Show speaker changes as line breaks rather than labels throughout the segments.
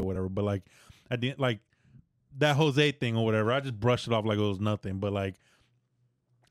But like, I didn't like that Jose thing or whatever. I just brushed it off like it was nothing. But like,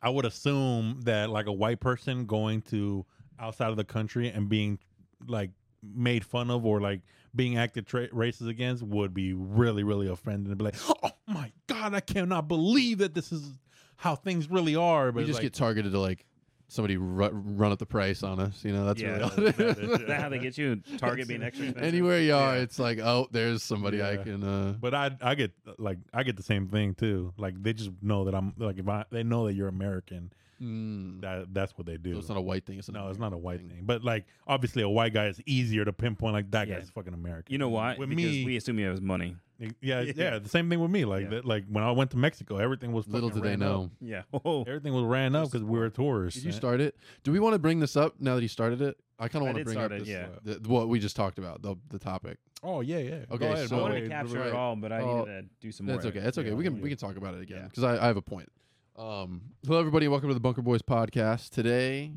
I would assume that like a white person going to outside of the country and being like made fun of or like being acted tra- racist against would be really really offended and be like, oh my god, I cannot believe that this is how things really are. But
We
it's
just
like,
get targeted to like somebody ru- run up the price on us. You know, that's
Yeah,
really all it
that's
is.
Is that how they get you? Target being extra expensive?
Anywhere you are, it's like, oh, there's somebody I
Yeah.
can. Uh,
But I I get like I get the same thing too. Like they just know that I'm like if I they know that you're American,
mm.
that that's what they do.
So it's not a white thing. It's an
no, it's not a white thing. But like obviously a white guy is easier to pinpoint like that guy's fucking American.
You know why?
With
because
me-
we assume you have money.
yeah, yeah, the same thing with me. Like
Yeah.
that, like when I went to Mexico, everything was
Little do
fucking
they
ran
know.
up.
Yeah. Oh,
Everything was ran up because we were tourists.
Did you
And-
start it? Do we want to bring this up now that you started it? I kind
I
of want to
did
bring
start
up
it,
this,
yeah.
the, what we just talked about, the, the topic.
Oh yeah, yeah.
Okay,
Go ahead, by
so-
I
the
wanted
way.
to capture
right.
it all, but I
Oh,
needed to do some more.
That's okay. That's okay.
Yeah.
we can we can talk about it again because I, I have a point. Um, hello everybody, welcome to the Bunker Boys podcast today.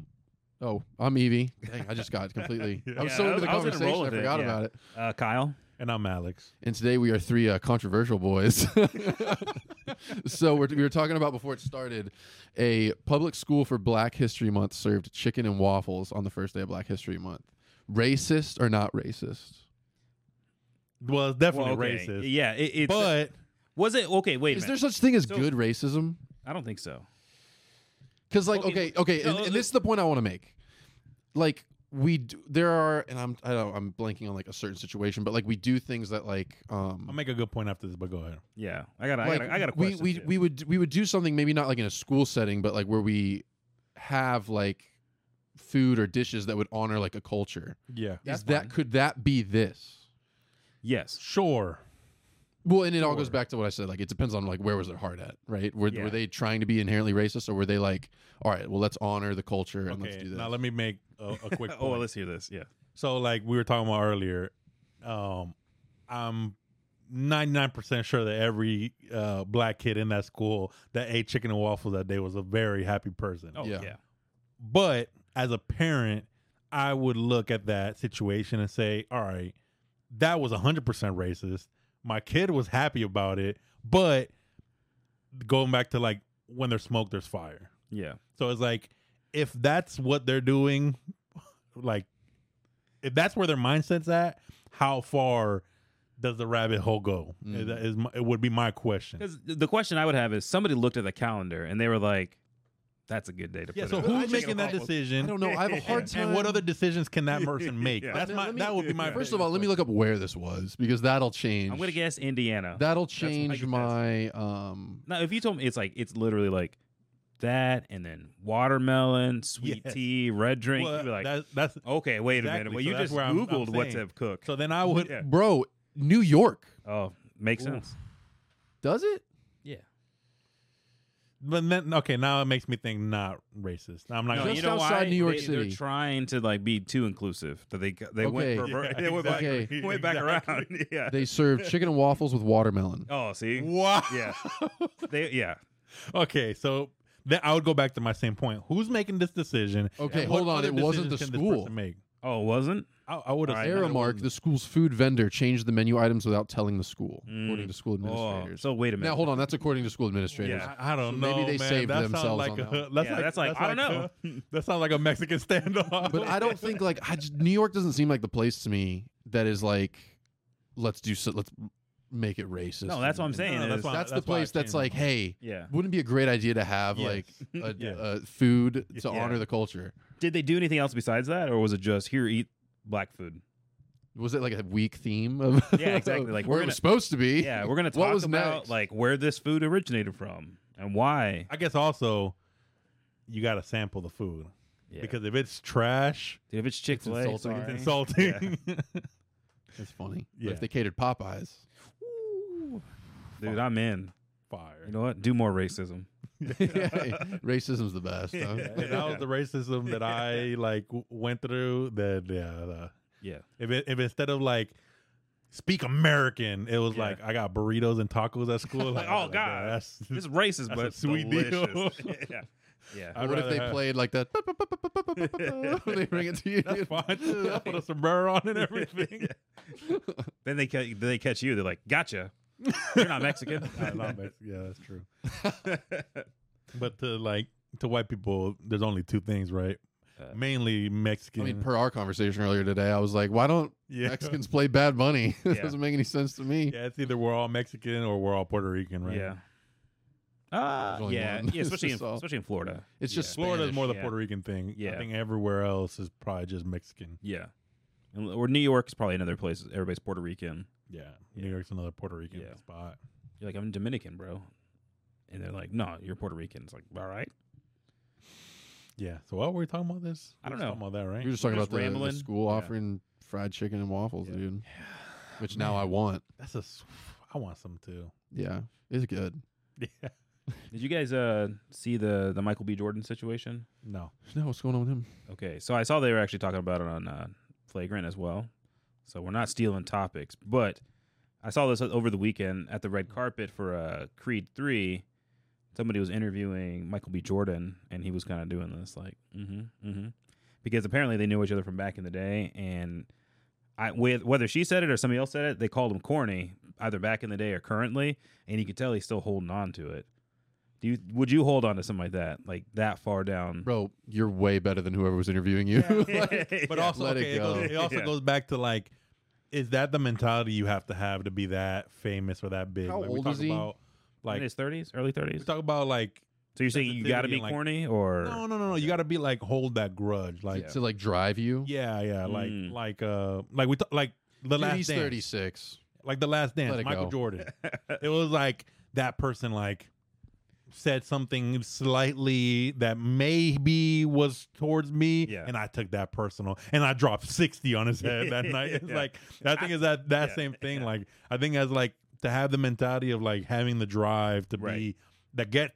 Oh, I'm Evie. Dang, I just got completely. I was
Yeah,
so
I
into
was-
the
I was in a
conversation,
roll
I
with it,
forgot
yeah.
about it.
Uh, Kyle,
And I'm Alex.
And today we are three uh, controversial boys. so we're, we were talking about before it started, a public school for Black History Month served chicken and waffles on the first day of Black History Month. Racist or not racist?
Well, it's definitely
Well, okay.
racist.
Yeah, it, it's
But
was it okay? Wait, a
Is there
minute.
such thing as
So-
good racism?
I don't think so.
Because like okay,
Okay,
okay, and,
no,
and
look-
this is the point I want to make. Like we do, there are, and I'm I don't I'm blanking on like a certain situation, but like we do things that like um
I'll make a good point after this. But go ahead.
Yeah, I got. I
like
got. I got a
we
question.
we
too.
we would we would do something maybe not like in a school setting, but like where we have like food or dishes that would honor like a culture.
Yeah.
is that could that be this?
yes.
Sure.
Well, and it all goes
Sure.
back to what I said. Like, it depends on like where was their heart at, right? Were,
Yeah.
were they trying to be inherently racist, or were they like, all right, well, let's honor the culture and let's
Okay.
do this?
Now let me make a, a quick.
Oh,
point.
let's hear this. Yeah.
So like we were talking about earlier, um, I'm 99% sure that every uh, black kid in that school that ate chicken and waffles that day was a very happy person.
Oh,
Yeah.
yeah.
But as a parent, I would look at that situation and say, all right, that was 100% racist. My kid was happy about it, but going back to like when there's smoke, there's fire.
Yeah.
So it's like if that's what they're doing, like if that's where their mindset's at, how far does the rabbit hole go?
Mm.
Is That is my, it would be my question.
Because the question I would have is somebody looked at the calendar and they were like, "That's a good day to
Yeah.
put
So
it."
who-
up."
I
who's
just-
making that
I I
decision?
don't know. I have a hard
and,
time.
and what other decisions can that person make?
Yeah.
That's
Let
my.
me-
that would be my.
First of all, let me look up where this was because that'll change.
I'm gonna guess Indiana.
that'll
what I
change
guess.
my um.
now, if you told me it's like it's literally like that, and then watermelon, sweet
Yes.
tea, red drink,
Well,
you'd be like,
that- that's
"Okay, wait a minute.
exactly.
Well,
So
you
that's
just
where I'm- I'm
Googled what
saying.
to cook."
so. Then I would.
Yeah.
Bro, New York
Oh, makes
Oof.
sense.
does it?
Yeah.
But then okay, now it makes me think not racist. I'm not.
No,
gonna-
Just
you know
outside
why?
New York
they,
City.
They're trying to like be too inclusive. That they
Okay.
they went perver-
Yeah,
they went back,
exactly.
went back
Exactly.
around. yeah.
They serve chicken and waffles with watermelon.
oh, see.
wow.
Yeah. They yeah.
Okay, so then I would go back to my same point. Who's making this decision?
Okay,
And what
hold on,
other
it wasn't
decisions
the
can this person
school.
Make
Oh, it wasn't.
I, I would have
All right,
said it
Aramark,
wasn't-
the school's food vendor, changed the menu items without telling the school,
Mm.
according to school
Oh,
administrators.
so wait a minute.
now, hold on, that's according to school administrators.
Yeah.
I, I don't
So
know.
maybe they
man.
saved
that sounds
themselves
like
on
a,
that one.
That's
Yeah,
like
that's like, I don't
like a- that sounds like a Mexican standoff.
But I don't think like I just, New York doesn't seem like the place to me that is like, let's do so, let's make it racist.
No, that's what I'm
And-
saying.
No, that's
is-
why-
That's, the
why I
place that's
changed
like,
my mind.
hey,
Yeah.
wouldn't it be a great idea to have
Yes.
like a,
Yeah.
a food to
Yeah.
honor the culture?
Did they do anything else besides that, or was it just here eat black food?
Was it like a weak theme of
Yeah, exactly, like,
where
we're
it was
gonna-
supposed to be?
Yeah, we're gonna
What
talk
was
about
next?
like where this food originated from and why.
I guess also you got to sample the food
Yeah.
because if it's trash,
Dude, if it's Chick Fil A,
insulting. It's Right.
insulting.
It's funny. But
Yeah.
if they catered Popeyes,
dude, I'm in.
Fire.
You know what? Do more racism.
racism's the best. Huh?
If that was the racism that I like w- went through. That yeah. the-
Yeah.
If it, if instead of like speak American, it was
Yeah.
like I got burritos and tacos at school. Like,
oh,
I was like,
God.
that's
It's racist,
That's
but
a sweet
delicious.
deal.
yeah. Yeah.
I'd
what if
rather
they
have-
played like that? when they bring it to you.
That's fine. I put a sombrero on and everything.
Then they ca- then they catch you. They're like, "Gotcha, you're not Mexican."
I love it. Yeah, that's true. But to like to white people, there's only two things, right?
Uh,
Mainly
I
Mexican.
mean, per our conversation earlier today, I was like, why don't
yeah.
Mexicans play Bad Bunny? It
Yeah.
doesn't make any sense to me.
Yeah, it's either we're all Mexican or we're all Puerto Rican, right?
Yeah. Uh,
There's only
yeah,
one.
yeah, especially in,
So-
especially in Florida.
It's
Yeah.
just
Florida's
Spanish.
more the
yeah.
Puerto Rican thing.
Yeah.
I think everywhere else is probably just Mexican.
Yeah, And- or New York is probably another place. Everybody's Puerto Rican.
Yeah.
Yeah.
New York's another Puerto Rican
Yeah.
spot.
You're like, "I'm Dominican, bro," and they're like, "No, you're Puerto Rican." It's like, all right,
Yeah. So what were we talking about this?
I don't
We were
know.
Talking about that,
We
right?
were just talking
Just
about the- the,
rambling.
school
Yeah.
offering fried chicken and waffles,
Yeah.
dude. Which now I want.
That's a. s- I want some too.
Yeah, it's good.
Yeah.
Did you guys uh see the the Michael B. Jordan situation?
No.
No, what's going on with him?
Okay, so I saw they were actually talking about it on uh, Flagrant as well. So we're not stealing topics, but I saw this over the weekend at the red carpet for uh, Creed Three. Somebody was interviewing Michael B. Jordan, and he was kind of doing this, like, mm-hmm, mm-hmm, because apparently they knew each other from back in the day, and I with whether she said it or somebody else said it, they called him corny either back in the day or currently, and you could tell he's still holding on to it. Do you would you hold on to something like that, like that far down?
Bro, you're way better than whoever was interviewing you.
But
Yeah.
also,
Let it
okay, it,
go.
goes, it also
Yeah.
goes back to like, is that the mentality you have to have to be that famous or that big?
How
like, we
old
talk
is he?
About,
in
like
his 30s, early
we
30s.
talk about like
So you're saying you got to
sensitivity
be
and, like-
corny or
no no no no you got to be like hold that grudge like
to like drive you.
yeah yeah, like
Mm.
like uh like we t- like the
Dude,
last
he's
dance
36.
like the last
Let
dance
it
Michael
go.
Jordan it was like that person like said something slightly that maybe was towards me
Yeah.
and i took that personal and i dropped 60 on his head that night it's
Yeah.
like i think it's that that
Yeah,
same thing
yeah.
like i think as like to have the mentality of like having the drive to
Right.
be that get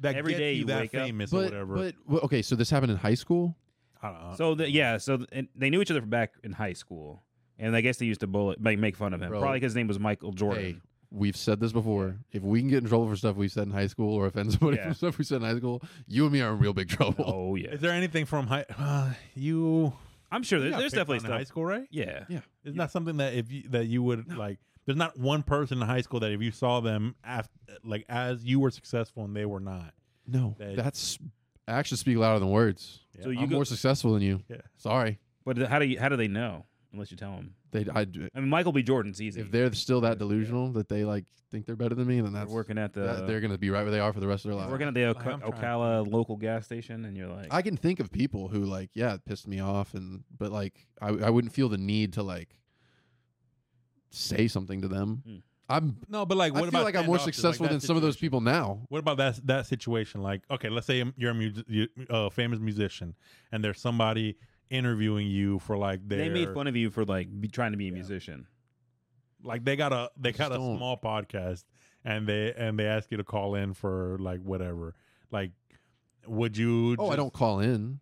that
Every
gets
day
you
you
that
wake up.
famous or
But,
whatever
but well, okay, so this happened in high school.
I don't know.
So the, yeah, so th- and they knew each other from back in high school, and I guess they used to bully, make, make fun of him,
Bro.
probably because his name was Michael Jordan.
Hey, we've said this before. If we can get in trouble for stuff we said in high school or offend somebody
Yeah.
for stuff we said in high school, you and me are in real big trouble.
Oh yeah,
is there anything from high uh, you
I'm sure
you
there's,
got
there's
picked
definitely
on in high
stuff.
school right
Yeah,
It's not something that if you, that you would like. There's not one person in high school that if you saw them after, like as you were successful and they were not.
No,
That-
that's actions speak louder than words.
Yeah.
So you
I'm
go,
more successful than you.
Yeah.
Sorry,
but how do you how do they know unless you tell them?
they. I,
I mean, Michael B. Jordan's easy.
if they're still that delusional that they like think they're better than me, then
They're
that's
working at the
that, they're gonna be right where they are for the rest of their
they're
life.
working at the
Like, I'm
Oka-
trying to
Ocala local gas station, and you're like,
I can think of people who like, yeah, it pissed me off, and but like, I I wouldn't feel the need to like say something to them.
Hmm.
I'm
No, but like,
I
what
feel
about
like I'm more
standoffs,
successful
like that
than some of those
situation?
people now.
What about that that situation? Like, okay, let's say you're a mu- you, uh, famous musician and there's somebody interviewing you for like their
they made fun of you for like be, trying to be a musician.
like they got a they
Just
got a
don't.
small podcast and they and they ask you to call in for like whatever. Like, would you?
Oh, I
just-
don't call in.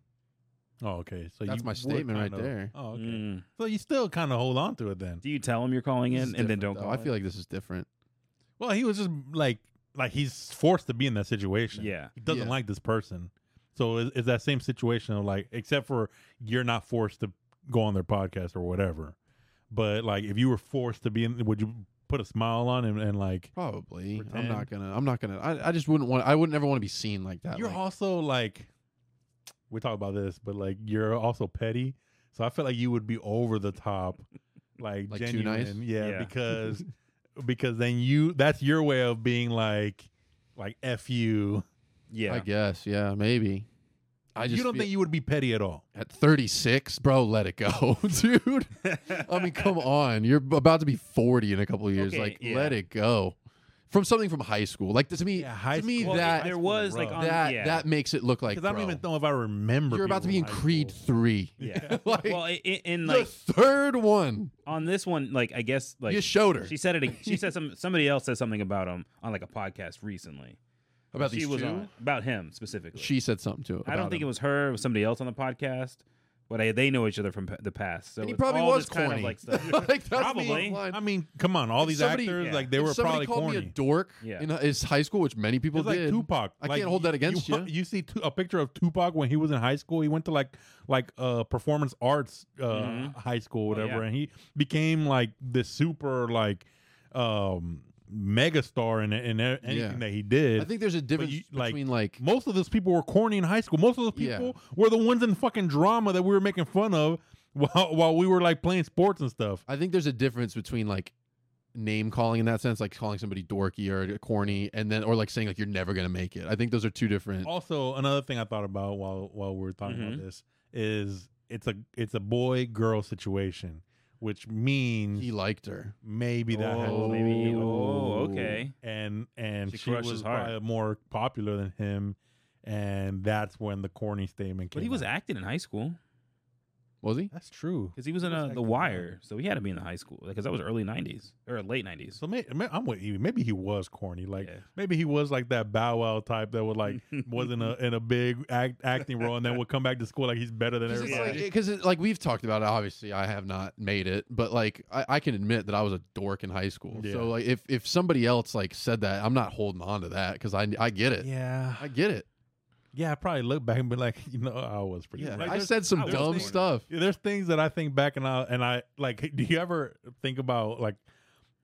Oh, okay. So
That's
you
my
would
statement right
kinda-
there.
Oh, okay.
Mm.
So you still kind of hold on to it then.
Do you tell them you're calling
This
in
is
and then
different,
don't
though.
call?
I
in?
feel like this is different.
Well, he was just like like he's forced to be in that situation.
Yeah.
he doesn't
Yeah.
like this person, so it's, it's that same situation of like, except for you're not forced to go on their podcast or whatever. But like, if you were forced to be in, would you put a smile on and, and like?
Probably. I'm
Pretend.
not gonna. I'm not gonna. I, I just wouldn't want. I wouldn't ever want to be seen like that.
You're
like,
also like, we talk about this, but like you're also petty. So I feel like you would be over the top, like,
Like, too
genuine,
nice?
yeah,
Yeah.
because because then you that's your way of being like like f you.
yeah,
I guess. Yeah. Maybe. I just
you don't
feel-
think you would be petty at all.
At 36, bro, let it go, dude. I mean, come on. You're about to be 40 in a couple of years.
Okay,
like,
yeah.
let it go. From something from high school. Like, to me,
Yeah, high
to me
school-
that
high
there
school
was
is
like
rough.
on,
that
yeah.
that makes it look like
Because I don't
bro,
even know if I remember.
you're about to
people
be in
high
Creed
school.
3.
yeah.
Like,
well, in, in
the
like
third one.
on this one, like I guess like
you showed her
she said it. She said some somebody else said something about him on like a podcast recently.
about
she
these
was
two.
on about him specifically.
She said something to it.
I don't think it was her. It was somebody else on the podcast. but I, they know each other from p- the past. So
And he
it's
probably
all
was
this kind
corny.
of like stuff.
like that's
Probably.
The line.
I mean, come on, all
If
these
somebody-
actors
yeah.
like they
If
were probably
somebody called
corny.
me a dork
Yeah.
in uh, his high school, which many people
It's like
did.
Tupac.
I
Like,
can't hold that against you.
hu- You see tu- a picture of Tupac when he was in high school. He went to like like uh performance arts uh
Mhm.
Mm-hmm.
high school, whatever,
yeah.
and he became like this super like um mega star in in a- anything
Yeah.
that he did.
I think there's a difference
you- like,
between like
most of those people were corny in high school. Most of those
Yeah.
people were the ones in fucking drama that we were making fun of while while we were like playing sports and stuff.
I think there's a difference between like name calling in that sense, like calling somebody dorky or corny, and then or like saying like you're never gonna make it. I think those are two different.
Also, another thing I thought about while while we were talking
Mhm.
about this is it's a it's a boy girl situation, which means
He liked her.
maybe that had
oh,
something to
maybe.
do with it.
Oh, okay.
and and
She
she,
crushed his
was
heart.
probably more popular than him, and that's when the corny statement came.
But he was
out.
acting in high school
Was he?
that's true.
because he was in
was
uh
acting
The
in high
Wire, so he had to be in the high school because that was early '90s or late '90s.
So may, may- I'm with you. Maybe he was corny. Like
Yeah.
maybe he was like that Bow Wow type that would like was in a in a big act, acting role and then would come back to school like he's better than
Because it's
everybody.
like, 'cause it- like, we've talked about it. Obviously, I have not made it, but like I, I can admit that I was a dork in high school.
Yeah.
So like if if somebody else like said that, I'm not holding on to that because I I get it.
yeah,
I get it.
yeah. I probably look back and be like, you know, I was pretty.
Yeah,
Like,
I
there's-
said some
there's
dumb
things-
stuff.
Yeah, there's things that I think back and I and I like. Do you ever think about like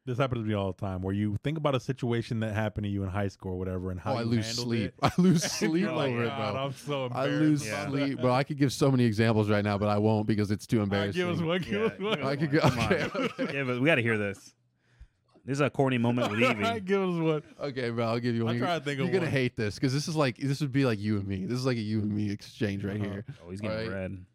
this happens to me all the time, where you think about a situation that happened to you in high school or whatever, and how
Oh, I
you
lose
handled it?
sleep. I lose
And
sleep
you're like, "Oh,
over it,
"God,
bro.
I'm so
I
embarrassed.
lose
Yeah.
about
sleep,
that."
bro. I could give so many examples right now, but I won't because it's too
All right,
embarrassing.
give us one.
Yeah,
Give us one.
give
I
us
could
one.
go-
Come on.
okay,
yeah, but we got to hear this. This is a corny moment with
All right,
Evie.
give us one.
Okay, bro, I'll give you one.
I'm
You're,
trying to think
you're
of
gonna
one.
hate this because this is like this would be like you and me. This is like a you and me exchange right here.
Oh, he's getting
All Uh-huh. right.
red.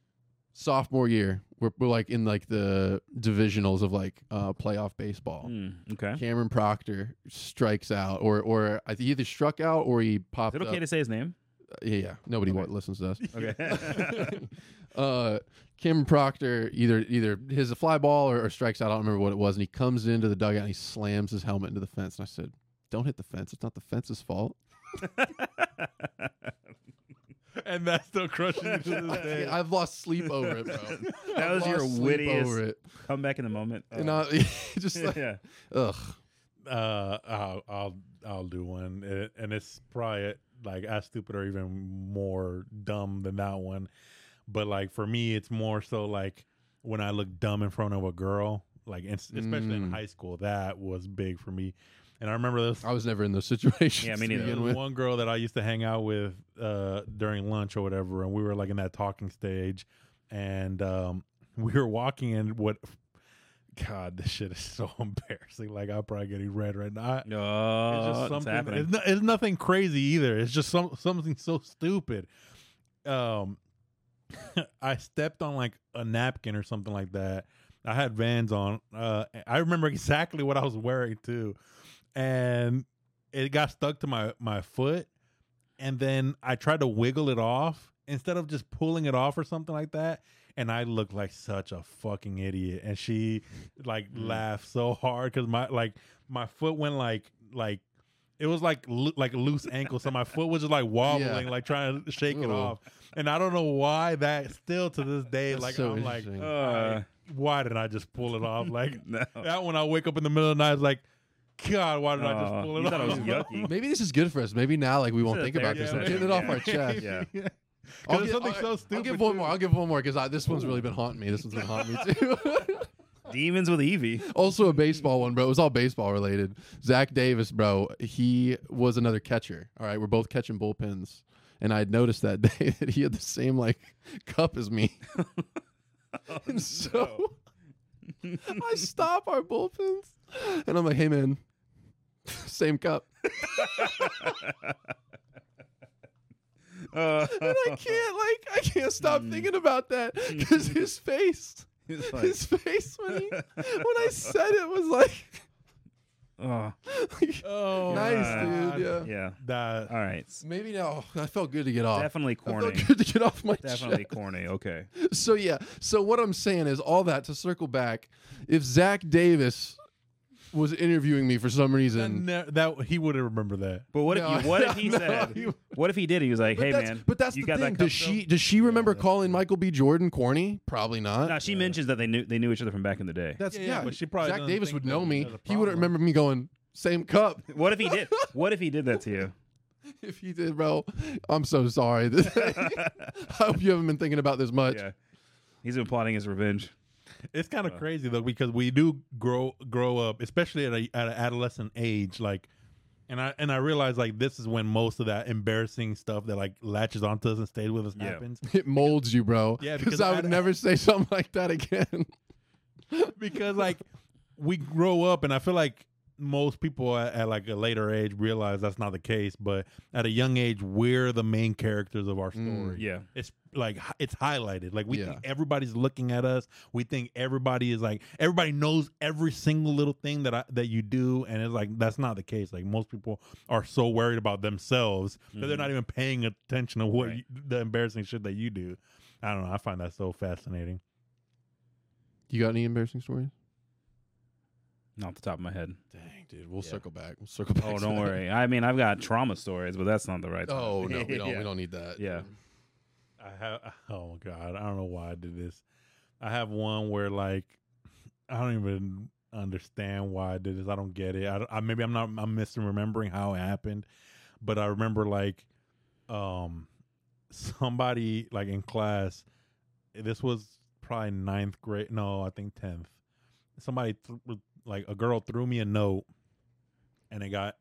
Sophomore year, we're, we're like in like the divisionals of like uh, playoff
Oh.
baseball.
Hmm, okay.
Cameron Proctor strikes out, or or I think he either struck out or he
Is
popped
it okay
up.
to say his name?
yeah, yeah. Nobody
Okay.
wa- listens to us.
Okay.
uh, Kim Proctor either either his a fly ball or, or strikes out. I don't remember what it was, and he comes into the dugout and he slams his helmet into the fence. And I said, "Don't hit the fence. It's not the fence's fault."
and that's still crushing you to this day.
I've lost sleep over it, bro.
that was
I've
your
lost sleep
wittiest
Over it,
comeback in the moment.
and
Oh.
I just like,
yeah.
ugh.
uh, I'll, I'll I'll do one, It- and it's probably like as stupid or even more dumb than that one. But like for me, it's more so like when I look dumb in front of a girl, like and s- especially in
Mm.
high school, that was big for me. And I remember this
I was never in those situations.
Yeah, me
to
neither.
begin
there was
with.
one girl that I used to hang out with uh, during lunch or whatever, and we were like in that talking stage, and um, we were walking in what. God, this shit is so embarrassing. Like I'm probably getting red right now. I,
No,
it's
Uh, Oh, it's
just something.
happening.
It's, no, it's nothing crazy either. It's just some something so stupid. Um, I stepped on like a napkin or something like that. I had Vans on. Uh, I remember exactly what I was wearing too, and it got stuck to my my foot. And then I tried to wiggle it off instead of just pulling it off or something like that. And I looked like such a fucking idiot. And she like
Mm.
laughed so hard because my like my foot went like like it was like lo- like a loose ankle, so my foot was just like wobbling, like trying to shake it
Ooh.
off. And I don't know why that still to this day,
That's
like
so
I'm like, um,
interesting.
Uh,
why did I just pull it off? Like
no.
that when I wake up in the middle of the night, it's like, God, why did I
Aw,
just pull it
Uh, Oh, you
off?
thought it was yucky.
Maybe this is good for us. Maybe now, like we won't
This is
think about
therapy
this. We're
session.
getting it off our
Yeah.
chest.
Yeah.
Yeah.
I'll
'Cause it's
gi-
something
I'll-
so
I'll
stupid,
give one more.
too.
I'll give one more because this one's really been haunting me. This one's been haunting me too.
Demons with Evie.
also, a baseball one, bro. It was all baseball related. Zach Davis, bro. He was another catcher. All right, we're both catching bullpens, and I had noticed that day that he had the same like cup as me,
Oh,
and so I stop our bullpens, and I'm like, hey man, same cup.
Uh,
And I can't like I can't stop thinking about that because his face.
Mm. it's like,
his face when he, when I said it was like,
oh,
Oh,
nice, dude. Yeah.
yeah.
That
All right.
Maybe now I felt good to get off.
Definitely
I
corny.
felt good to get off my
Definitely corny. Okay.
chest. So yeah. So what I'm saying is all that to circle back. If Zach Davis was interviewing me for some
That,
reason.
ne- that he wouldn't remember that.
But what
No,
if you, what if he
no,
said?
you-
what if he did? He was like,
But
"Hey
that's-
man,
but that's
you
the
got
thing.
that cup
Does she does she remember
that's
calling
true.
Michael B. Jordan corny? Probably not.
Now she mentions that they knew they knew each other from back in the day.
that's
Yeah,
yeah.
yeah, but she probably
Zach
doesn't
Davis
think
would
that
know me.
there's a
He wouldn't
problem.
remember me going same cup
What if he did? What if he did that to you?
if he did, bro. I'm so sorry. I hope you haven't been thinking about this much.
Yeah, he's been plotting his revenge.
It's kind of
Uh.
crazy though because we do grow grow up, especially at a, at an adolescent age. Like, and I and I realize like this is when most of that embarrassing stuff that like latches onto us and stays with us
Yeah.
happens
It molds you, bro.
Yeah, because
because I would
I'd-
never say something like that again.
because like we grow up, and I feel like most people at, at like a later age realize that's not the case. But at a young age, we're the main characters of our story.
Mm.
Yeah,
it's like hi- it's highlighted like we
Yeah.
think everybody's looking at us we think everybody is like everybody knows every single little thing that I, that you do and it's like that's not the case like most people are so worried about themselves that they're
Mhm.
not even paying attention to what
Right.
you, the embarrassing shit that you do i don't know i find that so fascinating
You got any embarrassing stories?
not off the top of my head.
Dang, dude. We'll
Yeah.
circle back. We'll circle back.
Oh,
to
don't
that.
worry. I mean, I've got trauma stories, but that's not the right. time.
Oh no, we don't.
Yeah.
We don't need that.
Yeah.
i have oh god i don't know why i did this i have one where like i don't even understand why i did this i don't get it i, don't- I maybe i'm not i'm misremembering how it happened but I remember like um somebody like in class this was probably ninth grade no I think 10th somebody th- like a girl threw me a note and it got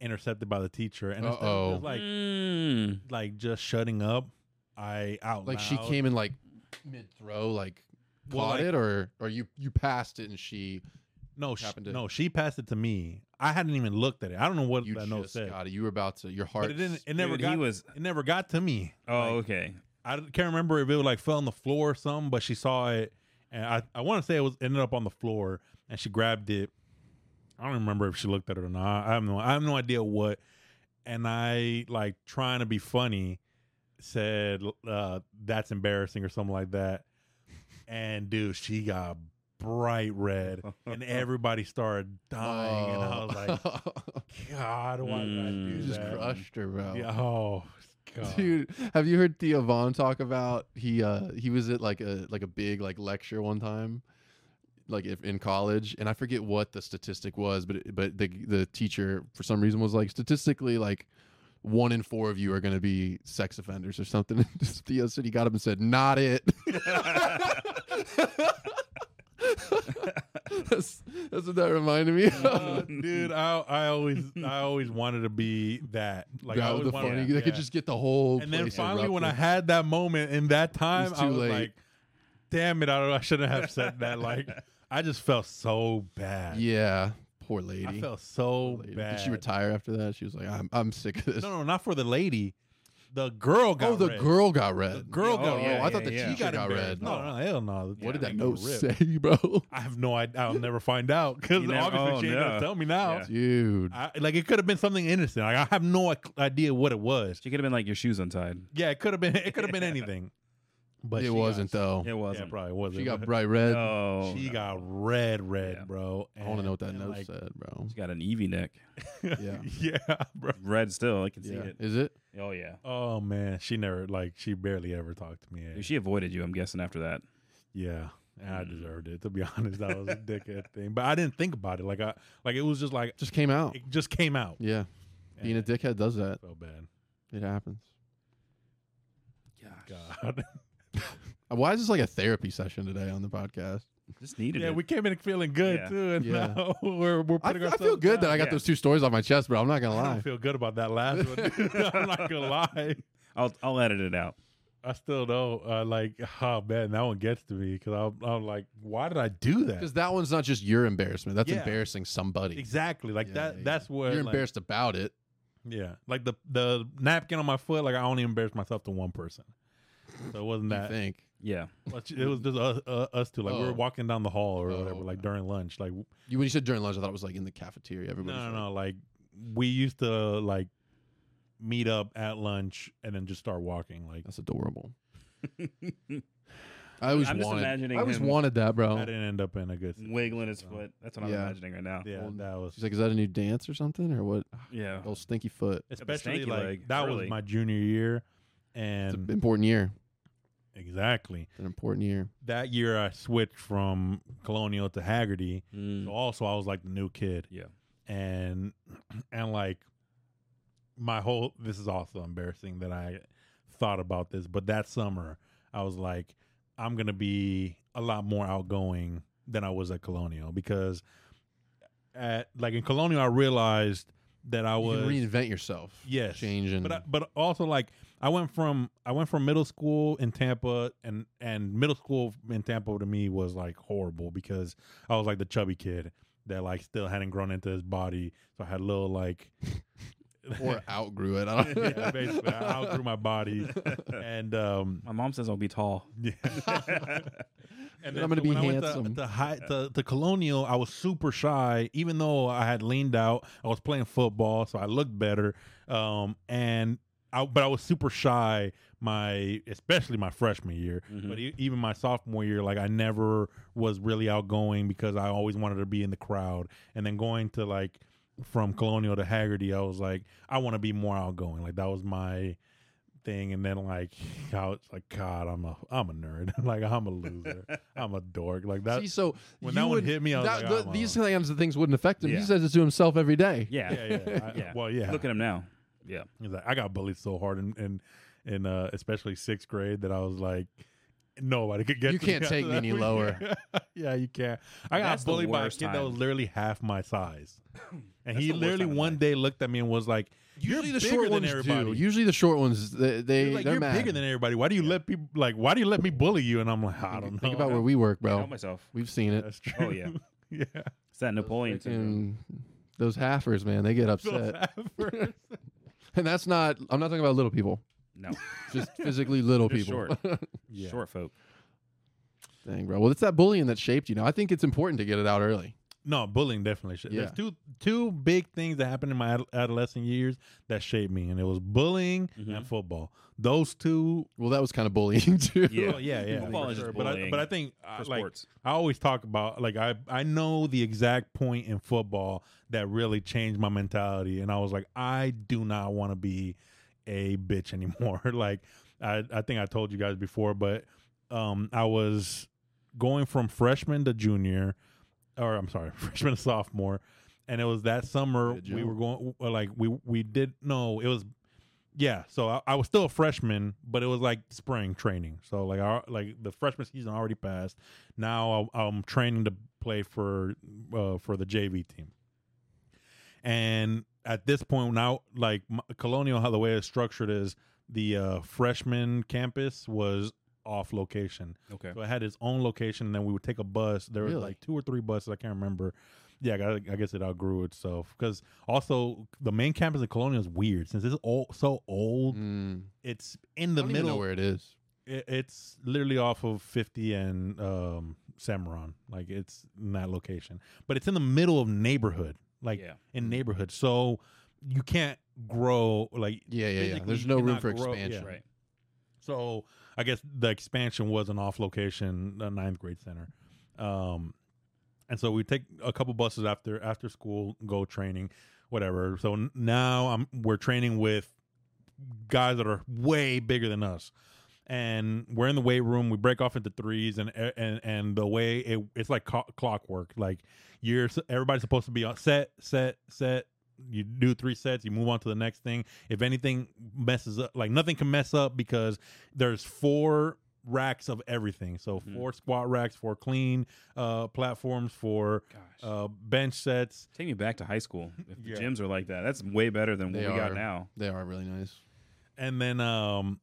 intercepted by the teacher and instead
Uh-oh.
of just, like
Mm.
like just shutting up I out
Like she
loud-
came in like mid throw, like caught
Well, like-
it, or or you you passed it and she
no she,
happened to-
no she passed it to me I hadn't even looked at it I don't know what
you
that note
just
said
got it. You were about to. Your heart.
but it didn't it never
Dude,
got
He was.
it never got to me
Oh,
Like,
okay.
I don't- can't remember if it like fell on the floor or something, but she saw it, and I, I want to say it was ended up on the floor, and she grabbed it. I don't remember if she looked at it or not. I have no I have no idea what. And I like trying to be funny, said uh, that's embarrassing or something like that. And dude, she got bright red, and everybody started dying, and
Oh.
I was like, God, why did I do
Mm.
you just
that?
crushed her, bro.
Yeah, oh, God.
Dude, have you heard Theo Vaughn talk about he uh he was at like a like a big like lecture one time, like if, in college, and I forget what the statistic was, but it- but the the teacher for some reason was like statistically like one in four of you are going to be sex offenders or something. Just Theo said he got up and said, "Not it." that's, that's what that reminded me. Of.
Uh, dude, I I always I always wanted to be that. Like I
that was
always
the
wanted-
funny.
yeah.
They could just get the whole.
and then
place
finally, when I
erupted.
had that moment in that time, I
too
was
late.
like, "Damn it! I, I shouldn't have said that." Like I just felt so bad.
yeah, poor lady.
I felt so
Lady.
bad.
Did she retire after that? She was like, I'm, I'm sick of this.
No, no, not for the lady. The girl got.
oh, the
red.
girl got
The
red.
girl
Oh,
got.
yeah,
red.
oh, I thought the
yeah, yeah.
She
teacher
got
got,
embarrassed.
red.
No, no, hell no.
What did
Yeah,
that
nigga
note
ripped.
say, bro?
I have no idea. I'll never find out because
You never-
obviously
oh,
she ain't
no.
gonna tell me now.
Yeah.
Dude,
I, like it could have been something innocent. Like I have no ac- idea what it was.
She could have been like your shoes untied.
Yeah, it could have been. It could have been anything. But
it
she
wasn't
Got,
though.
It
yeah,
wasn't.
probably wasn't.
She got
but
bright red.
Oh,
She
no.
got red, red,
Yeah.
bro.
I want to know what that
and,
note
like-
said, bro.
She got an Eevee neck.
Yeah.
yeah, bro.
Red still. I can see
Yeah.
it.
Is it?
Oh yeah.
Oh man, she never like she barely ever talked to me.
Dude, she avoided you. I'm guessing after that.
yeah, and I
Mm.
deserved it to be honest. That was a dickhead thing, but I didn't think about it. Like I, like it was just like
Just came out.
it just came out.
Yeah. Oh. Being a
And
dickhead does that.
So bad.
It happens.
God.
Uh, Why is this like a therapy session today on the podcast?
Just needed
yeah,
it.
we came in feeling good
Yeah.
too, and
Yeah.
now we're we're
I,
putting
I
ourselves.
feel good that
down.
I got
Yeah.
those two stories off my chest, bro. I'm not gonna
I don't
lie.
feel good about that last one. dude. I'm not gonna lie.
I'll I'll edit it out.
I still know, uh, like, oh man, that one gets to me because I'm, I'm like, why did I do that?
Because that one's not just your embarrassment. That's
Yeah.
embarrassing somebody.
Exactly, like
Yeah,
that.
yeah.
That's where
You're
like,
embarrassed about it.
Yeah, like the the napkin on my foot. Like I only embarrassed myself to one person, so it wasn't
You
that.
think?
Yeah.
much. It was just us, uh, us two. Like we were
Oh.
walking down the hall or
Oh,
whatever, like
okay.
during lunch. Like w-
You when you said during lunch, I thought it was like in the cafeteria.
no,
Everybody.
no, no. Like we used to like meet up at lunch and then just start walking. Like
That's adorable. I always
I'm just
wanted.
imagining
I always
him-
wanted that,
I
bro.
didn't end up in a good. Situation.
Wiggling his foot. That's what
Yeah.
I'm imagining right now.
Yeah,
Well,
that was
She's like, is that a new dance or something, or what?
Yeah.
Old stinky foot.
especially
stanky
like
leg,
that
really.
was my junior year,
It's
and
an important year.
exactly
It's an important year.
that year I switched from Colonial to Haggerty. So
Mm.
also I was like the new kid.
Yeah.
and and like my whole this is also embarrassing that I thought about this, but that summer I was like, I'm gonna be a lot more outgoing than I was at Colonial because at like in Colonial I realized that I
you
was
can reinvent yourself.
Yes,
change and
but I, but also like I went from I went from middle school in Tampa and and middle school in Tampa to me was like horrible because I was like the chubby kid that like still hadn't grown into his body, so I had little like
or outgrew it. I don't know.
yeah, basically I outgrew my body and um
My mom says I'll be tall. Mm-hmm.
yeah.
I'm
And
gonna
so
be
when I went
handsome.
To, to, high, to, to Colonial, I was super shy, even though I had leaned out. I was playing football, so I looked better. Um, and I, but I was super shy. My especially my freshman year,
Mhm.
but e- even my sophomore year, like I never was really outgoing because I always wanted to be in the crowd. And then going to like from Colonial to Haggerty, I was like, I want to be more outgoing. Like that was my thing. And then like, I was like, God, I'm a I'm a nerd. like I'm a loser. I'm a dork. Like that.
See, so
when
you
that one
would-
hit me, I was
that-
like,
th-
oh,
these
wow.
kinds of things wouldn't affect him. He
Yeah.
says it to himself every day.
Yeah.
yeah, yeah, I-
Yeah.
Well, yeah.
Look at him now. Yeah.
He's like, I got bullied so hard in in, in uh, especially sixth grade that I was like, nobody could get.
You
to me
can't
after
take me
that.
any lower.
yeah, you can't. I got
That's the
bullied by a
worst
kid that was
time.
literally half my size, and
That's
he
the worst
literally
time in
one
life.
day looked at me and was like, "You're
Usually the
bigger
short
than
ones
everybody."
do. Usually the short ones, they, they
You're like,
they're
you're
mad.
bigger than everybody. Why do you let people like? Why do you let me bully you? And I'm like, I don't know.
Think about where we work,
I
bro.
help myself.
We've seen it.
That's true.
Oh, yeah.
yeah.
It's that Napoleon syndrome.
And those halfers, man, they get upset.
First.
and that's not. I'm not talking about little people.
No.
Just physically little
Just
people.
Yeah.
Short folk.
Dang, bro. Well, it's that bullying that shaped you. Now, I think it's important to get it out early.
No, bullying definitely. Should.
Yeah.
There's two two big things that happened in my ad- adolescent years that shaped me, and it was bullying
Mhm.
and football. Those two.
Well, that was kind of bullying too.
Yeah.
Well, yeah, yeah.
Football
for
is just
But I,
bullying
but I think uh,
For
like
sports.
I always talk about like I I know the exact point in football that really changed my mentality, and I was like, I do not want to be a bitch anymore. like I I think I told you guys before, but um I was going from freshman to junior, or I'm sorry, freshman to sophomore, and it was that summer
Good
we
jump.
were going well, like we we did no it was yeah so I, I was still a freshman but it was like spring training so like our like the freshman season already passed now I, I'm training to play for uh, for the JV team and at this point now like m Colonial how the way it's structured is the uh, freshman campus was off location
Okay.
so it had its own location, and then we would take a bus. There was
Really?
like two or three buses. I can't remember. Yeah, I, got- I guess it outgrew itself because also the main campus of Colonial is weird since it's all so old.
Mm.
It's in the
I don't even know
middle.
where it is.
It, it's literally off of Fifty and um, Samron. Like it's in that location, but it's in the middle of neighborhood, like
yeah.
Mm.
in neighborhood. So you can't grow like
Yeah, yeah, yeah.
Physically,
There's
you
no room
cannot
for
grow- yeah.
expansion.
Right.
So I guess the expansion was an off location uh, ninth grade center, um, and so we take a couple buses after after school, go training, whatever. So n- now I'm we're training with guys that are way bigger than us, and we're in the weight room. We break off into threes, and and and the way it, it's like co- clockwork. Like you're s- everybody's supposed to be on set, set, set. You do three sets, you move on to the next thing. If anything messes up, like nothing can mess up because there's four racks of everything. So
Mhm.
four squat racks, four clean uh, platforms, four
Gosh.
uh, bench sets.
Take me back to high school. If the
Yeah.
gyms are like that, that's way better than what
They
we got
are.
now.
They are really nice.
and then um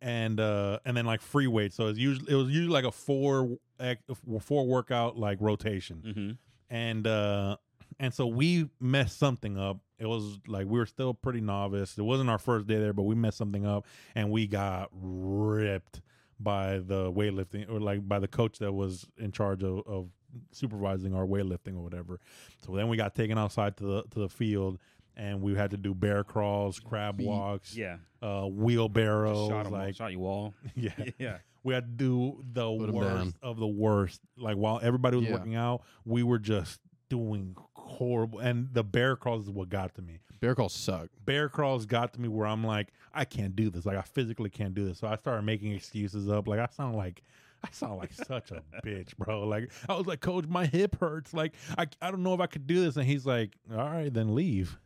and uh and then like free weight so it's usually it was usually like a four ec- four workout like rotation
Mm-hmm.
and uh and so we messed something up it was like we were still pretty novice it wasn't our first day there but we messed something up and we got ripped by the weightlifting or like by the coach that was in charge of, of supervising our weightlifting or whatever so then we got taken outside to the to the field and we had to do bear crawls crab
Feet.
walks
Yeah.
uh
Just shot
wheelbarrows
them all.
like
Shot you all.
yeah
yeah.
we had to do the
Put 'em down.
worst of the worst. Like while everybody was
Yeah.
working out, we were just doing horrible. And the bear crawls is what got to me.
Bear calls suck.
Bear crawls got to me where I'm like, I can't do this. Like I physically can't do this. So I started making excuses up. Like I sound like. I sound like such a bitch, bro. Like I was like, Coach, my hip hurts. Like I, I don't know if I could do this. And he's like, All right, then leave.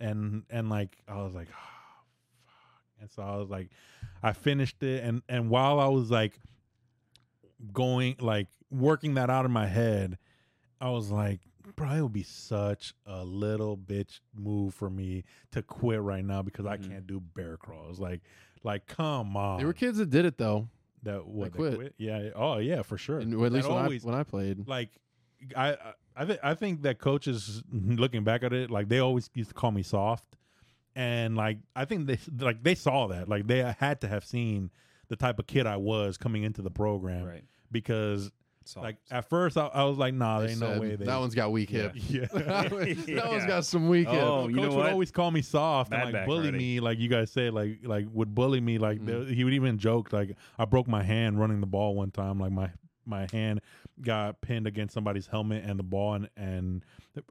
And and like I was like, "Ah, and so I was like, I finished it, and and while I was like going like working that out in my head, I was like, bro, it would be such a little bitch move for me to quit right now because
Mhm.
I can't do bear crawls. Like, like come on,
There were kids that did it though.
that what
quit.
Yeah. Oh yeah, for sure.
And, well, at
That
least when
always-
I when I played.
like I I- I, th- I think that coaches looking back at it like they always used to call me soft, and like I think they like they saw that like they had to have seen the type of kid I was coming into the program
Right.
because
So,
like at first I, I was like nah there
they
ain't no
said,
way they
that one's got weak hip.
yeah.
that one's
Yeah.
got some weak hip.
Oh, you
coach
know
would
what?
always call me soft
Bad
and like
back Mm.
bully
already.
me, like you guys say, like like would bully me, like
Mhm.
there- he would even joke like I broke my hand running the ball one time, like my my hand got pinned against somebody's helmet and the ball, and and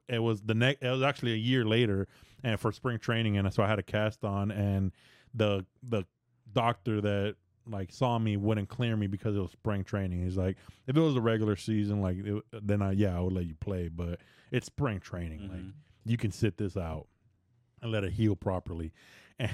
it was the next, it was actually a year later, and for spring training, and so I had a cast on, and the the doctor that like saw me wouldn't clear me because it was spring training. He's like, if it was a regular season, like it, then I yeah I would let you play, but it's spring training, like
Mhm.
you can sit this out and let it heal properly.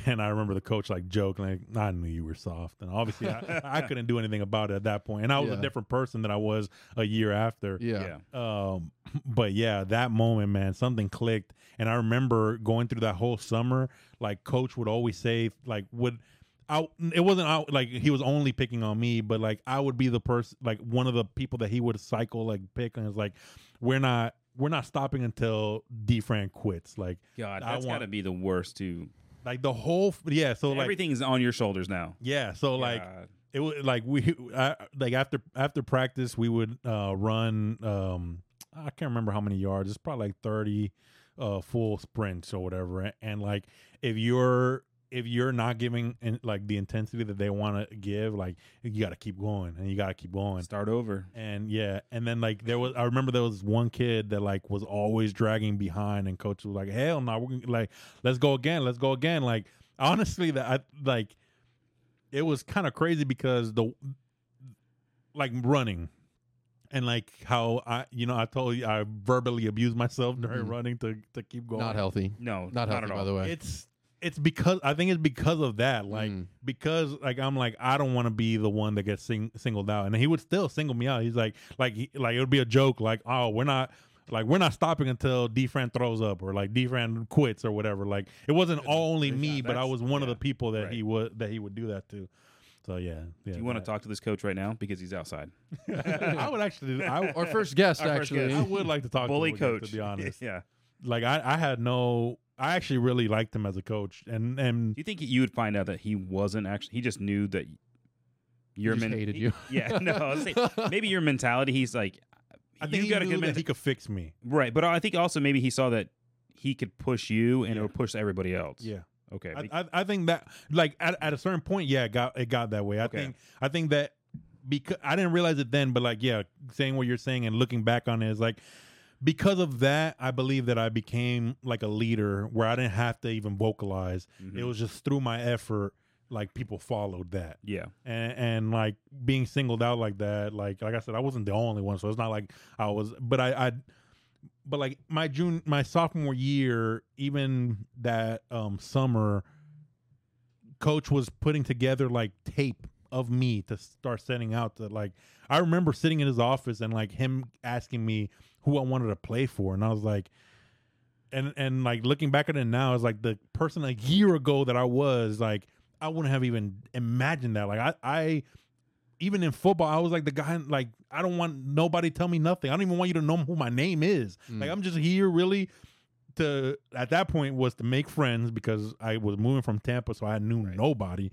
And I remember the coach like joking, like, I knew you were soft. And obviously I, I couldn't do anything about it at that point. And I was
Yeah.
a different person than I was a year after.
Yeah.
yeah.
Um, but yeah, that moment, man, something clicked. And I remember going through that whole summer, like coach would always say, like, would I, it wasn't out like he was only picking on me, but like I would be the person, like one of the people that he would cycle, like pick and it's like, we're not, we're not stopping until D Fran quits. Like,
God,
I
that's
want-
got to be the worst too.
like the whole, f- yeah. So like,
Everything's on your shoulders now.
yeah. So like,
God.
it was like we I, like after after practice we would uh run um i can't remember how many yards it's probably like 30 uh full sprints or whatever and, like if you're if you're not giving in, like the intensity that they want to give like you got to keep going and you got to keep going
start over.
and yeah and then like there was i remember there was one kid that like was always dragging behind and coach was like hell no we're gonna, like let's go again let's go again like honestly that i like it was kind of crazy because the like running and like how i you know i told you i verbally abused myself during
Mhm.
running to to keep going
Not healthy.
No,
Not healthy,
at all.
by the way.
it's it's because i think it's because of that like
Mm.
because like I'm like I don't want to be the one that gets sing- singled out, and he would still single me out. He's like like he, like it would be a joke, like oh we're not like we're not stopping until D Fran throws up or like D Fran quits or whatever. Like it wasn't all only
grief.
me,
Yeah,
but I
that's-
was one of
yeah,
the people that he
right.
would that he would do that to. So yeah, yeah
Do you want to
that-
talk to this coach right now because he's outside?
I would actually, I,
Our first guest,
Our first
actually.
I would like to talk
Bully
to him,
coach.
to be honest.
yeah.
Like I, I had no, I actually really liked him as a coach, and and
Do you think you would find out that he wasn't actually? He just knew that your
just
men-
hated
he-
you.
Oh, Yeah. No. I was saying, maybe your mentality. He's like,
I think
you
he
got a
knew
good
that
mentality.
he could fix me.
Right, but I think also maybe he saw that he could push you and
Yeah.
it would push everybody else.
Yeah.
Okay. be-
I, I, I think that like at, at a certain point, yeah, it got it got that way. I
Okay.
think I think that because I didn't realize it then, but like yeah, saying what you're saying and looking back on it is like because of that, I believe that I became like a leader where I didn't have to even vocalize.
mhm.
It was just through my effort, like people followed that
yeah.
and, and like being singled out like that like like i said i wasn't the only one so it's not like i was but i i but like my june my sophomore year even that um summer coach was putting together like tape of me to start setting out to like i remember sitting in his office and like him asking me who i wanted to play for and i was like and and like looking back at it now is like the person a year ago that i was like I wouldn't have even imagined that. Like I, I even in football, I was like the guy. Like I don't want nobody to tell me nothing. I don't even want you to know who my name is.
Mm.
Like I'm just here really to at that point was to make friends because I was moving from Tampa, so I knew
Right.
nobody.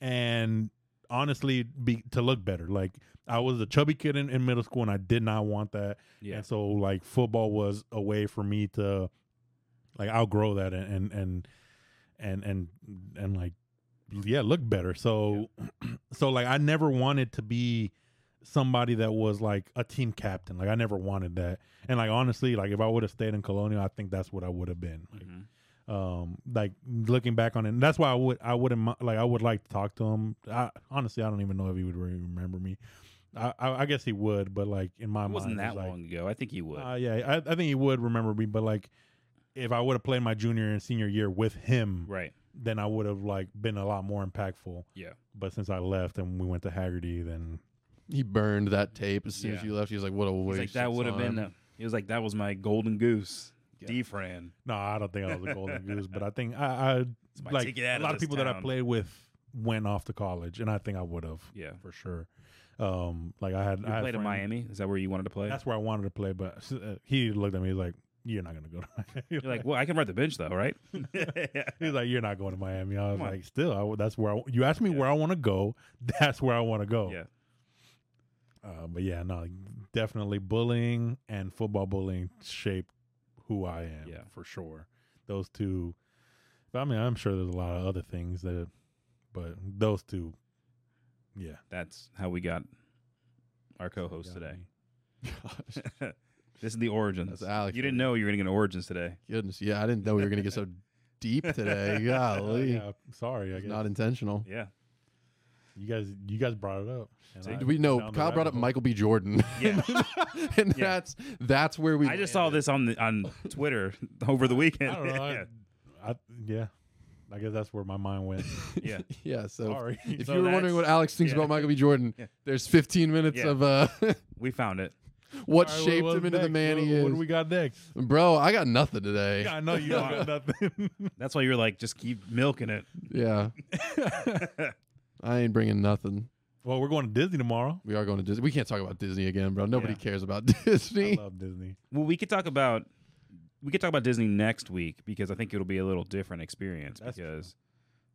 And honestly, be to look better. Like I was a chubby kid in, in middle school, and I did not want that.
Yeah.
And so like football was a way for me to like outgrow that and and and and and, and like yeah look better so so like i never wanted to be somebody that was like a team captain like i never wanted that and like honestly like if i would have stayed in colonial i think that's what i would have been like,
Mhm.
um like looking back on it that's why i would i wouldn't mi- like i would like to talk to him i honestly i don't even know if he would really remember me i i, I guess he would but like in my
It wasn't
mind it's
that
like,
long ago. I think he would.
uh, yeah I, I think he would remember me but like if i would have played my junior and senior year with him
right.
then i would have like been a lot more impactful
Yeah.
but since i left and we went to haggerty then
He burned that tape as soon as
Yeah.
you left. He was like, "What a
He's
waste!"
like that
of
would have been.
time."
A, he was like that was my golden goose.
Yeah.
D Fran.
no i don't think i was a golden goose but i think i, I like a lot of people that i played with went off to college and i think i would have
Yeah.
for sure. Um, like I had,
You
I had
played in
friends-
Miami. Is that where you wanted to play?
That's where I wanted to play, but uh, he looked at me. He's like, "You're not gonna go to Miami."
You're like, well, I can ride the bench though, right?
he's like, "You're not going to Miami." I was
Come on.
like, "Still, I w that's where I, you asked me
Yeah.
where I want to go. That's where I want to go."
Yeah.
Uh, but yeah, no, definitely bullying and football bullying shaped who I am
Yeah.
for sure. Those two. But I mean, I'm sure there's a lot of other things that, but those two. Yeah.
That's how we got our co-host
got
today.
me.
Gosh,
This is the origins.
That's Alex
You
right
didn't know you were going to get an origins today.
goodness, yeah, I didn't know we were gonna get so deep today. Golly,
Uh, Yeah, sorry, I
It's
guess.
not intentional.
Yeah.
You guys, you guys brought it up. and
See?
I
Yeah.
We know
found the
Kyle brought
rabbit
up
hole.
Michael B. Jordan,
Yeah.
and
Yeah.
that's that's where we.
I just saw this on the, on Twitter over the weekend.
I don't know. I, I, yeah, I guess that's where my mind went.
yeah.
Yeah, so
Sorry.
if
So
you were wondering
that's-
what Alex thinks
yeah.
about Michael B. Jordan,
Yeah.
there's 15 minutes
Yeah.
of uh,
We found it.
what
All right,
shaped
what's
him into the
next?
man
what,
he is.
What do we got next?
Bro, I got nothing today.
Yeah, I know you don't got nothing.
That's why you're like, just keep milking it.
Yeah, I ain't bringing nothing.
well, we're going to Disney tomorrow.
We are going to Disney. We can't talk about Disney again, bro. Nobody
Yeah.
cares about
I
Disney.
love Disney.
well, we could talk about we could talk about Disney next week because I think it'll be a little different experience
That's true.
because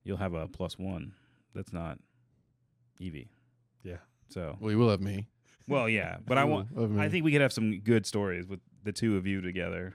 you'll have a plus one. That's not Evie.
Yeah.
So
Well, you will have me.
well, yeah, but I
You
want.
will have me.
I think we could have some good stories with the two of you together,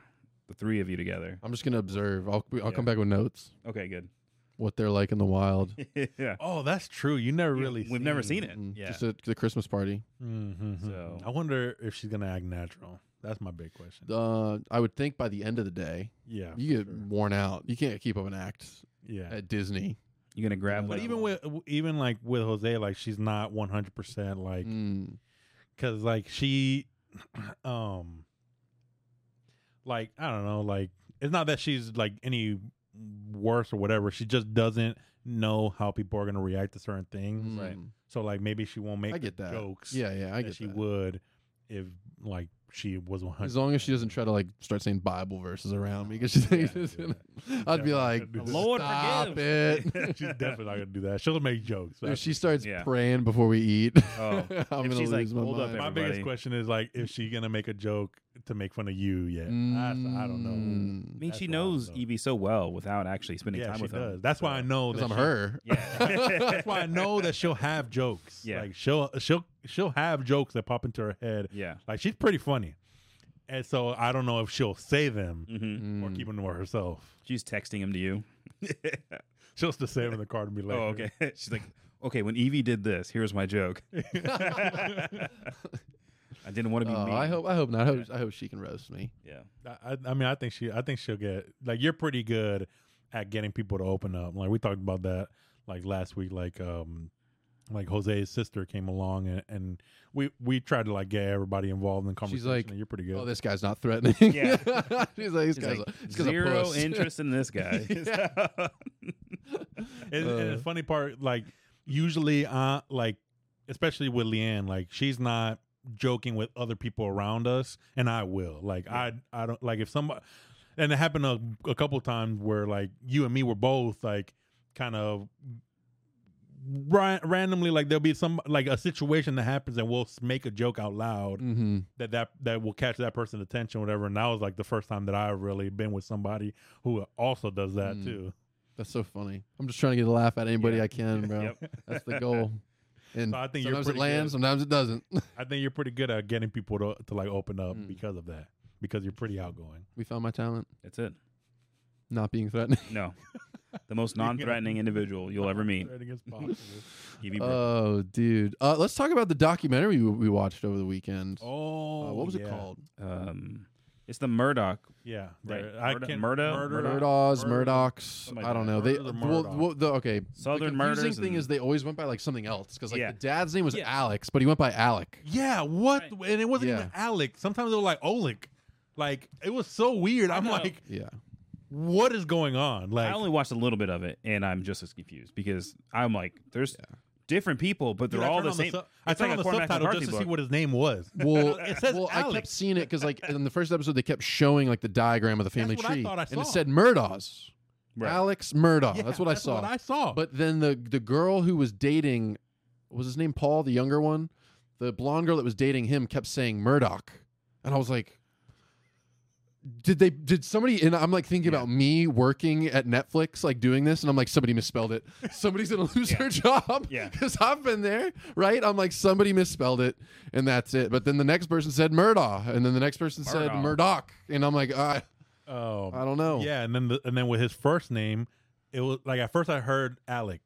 the three of you together.
I'm just gonna observe. I'll I'll
Yeah.
come back with notes.
Okay, good.
What they're like in the wild.
yeah.
Oh, that's true. You never really.
We've never seen it.
Mm,
Yeah.
Just at the Christmas party.
hmm
So-
I wonder if she's gonna act natural. That's my big question.
Uh, I would think by the end of the day,
yeah.
you
for
get
sure.
worn out. You can't keep up an act
Yeah.
at Disney.
You're gonna grab
but
like
even with even like with Jose, like she's not one hundred percent like
Mm.
because like she um like i don't know like it's not that she's like any worse or whatever she just doesn't know how people are going to react to certain things
Right.
Mm.
so like maybe she won't make
I get
the
that.
jokes
Yeah, yeah, I
that
get
she
that.
would if like she was 100
As long as she doesn't try to like start saying Bible verses around me, because she's
Oh, Yeah,
just
yeah.
gonna,
She's
I'd be
definitely
like,
not gonna do that.
Lord
stop
forgives."
it.
she's definitely not going to do that she'll make jokes
if
That's-
she starts
Yeah.
praying before we eat,
Oh,
I'm
if
gonna
she's like,
lose my
"Hold up,
mind.
my
everybody.
biggest question is like is she going to make a joke to make fun of you yet I, I don't know
I
Mm.
mean,
That's
she
wild,
knows
though.
Evie so well without actually spending
yeah
time
she
with
does
him.
that's why
So-
i know
'Cause
that
I'm
she-
her.
Yeah.
That's why I know that she'll have jokes.
Yeah.
Like she'll she'll she'll have jokes that pop into her head.
yeah.
Like she's pretty funny. And so I don't know if she'll say them
hmm
or
Mm.
keep them to herself.
She's texting him to you.
She'll just say them in the car to me later.
Oh, okay. She's like, okay, when Evie did this, here's my joke. I didn't want to be
Oh,
mean.
I hope. I hope not. I hope, I hope she can roast me.
Yeah.
I, I- I mean, I think she I think she'll get like you're pretty good at getting people to open up. Like we talked about that like last week. Like um like Jose's sister came along and, and we we tried to like get everybody involved in the
She's
conversation.
like,
and you're pretty good.
Oh, this guy's not threatening.
Yeah.
she's like, this
She's
guy's,
like,
a, this guy's a
zero
puss."
interest in this guy.
and, and
Uh.
the funny part, like usually, uh, like especially with Leanne, like she's not joking with other people around us, and I will. Like I, I don't like if somebody, and it happened a, a couple times where like you and me were both like kind of ra- randomly like there'll be some like a situation that happens and we'll s- make a joke out loud
hmm
that that that will catch that person's attention whatever and that was like the first time that i've really been with somebody who also does that
Mm.
too
That's so funny. I'm just trying to get a laugh at anybody
Yeah.
I can, bro.
Yep.
That's the goal. And
So I think you're
sometimes it
pretty
lands,
good.
sometimes it doesn't.
I think you're pretty good at getting people to, to like open up
Mm.
because of that. Because you're pretty outgoing.
we found my talent,
That's it.
not being threatening.
No. the most non-threatening individual you'll ever meet.
Everything is possible.
Evie Bro-
Oh, dude. Uh, let's talk about the documentary we, we watched over the weekend.
Oh,
Uh, what was it
yeah.
called?
um, it's the Murdoch.
Yeah,
Right.
there- I
Murda-
can't
Murda- Murdoch?
Murdaugh's,
Murdoch.
Murdoch's.
Something like
I don't
that.
know. They
Murda's or
well,
Murdoch?
well, the, okay.
Southern
the confusing
Murders
thing
and-
is they always went by like something else because like
Yeah.
the dad's name was
Yeah.
Alex, but he went by Alec.
Yeah, what? And it wasn't even
Yeah.
Alex. Sometimes they were like Oleg. Like it was so weird. I'm
know.
like,
Yeah.
what is going on? Like,
I only watched a little bit of it, and I'm just as confused because I'm like, there's different people, but they're
dude, I
all
turned
the
on
same.
sub- I
it's
turned on
like a
the
Cormac
subtitle
McCarthy
just to see
book.
what his name was.
Well,
It says
well, I kept
Alex.
seeing it because like in the first episode they kept showing like the diagram of the family
what I
tree,
thought I
and it
saw.
said Murdaugh's.
Right.
Alex Murdaugh.
Yeah,
that's what I saw.
What I saw.
But then the the girl who was dating what was his name Paul, the younger one, the blonde girl that was dating him kept saying Murdoch, and I was like, did they did somebody? And I'm like thinking
Yeah.
about me working at Netflix, like doing this, and I'm like somebody misspelled it. Somebody's gonna lose
Yeah.
their job.
Yeah.
because I've been there, right? I'm like somebody misspelled it, and that's it. But then the next person said Murdaugh, and then the next person said
Murdaugh.
Murdoch, and I'm like, I
oh,
I don't know.
yeah. And then the, and then with his first name, it was like at first I heard Alec,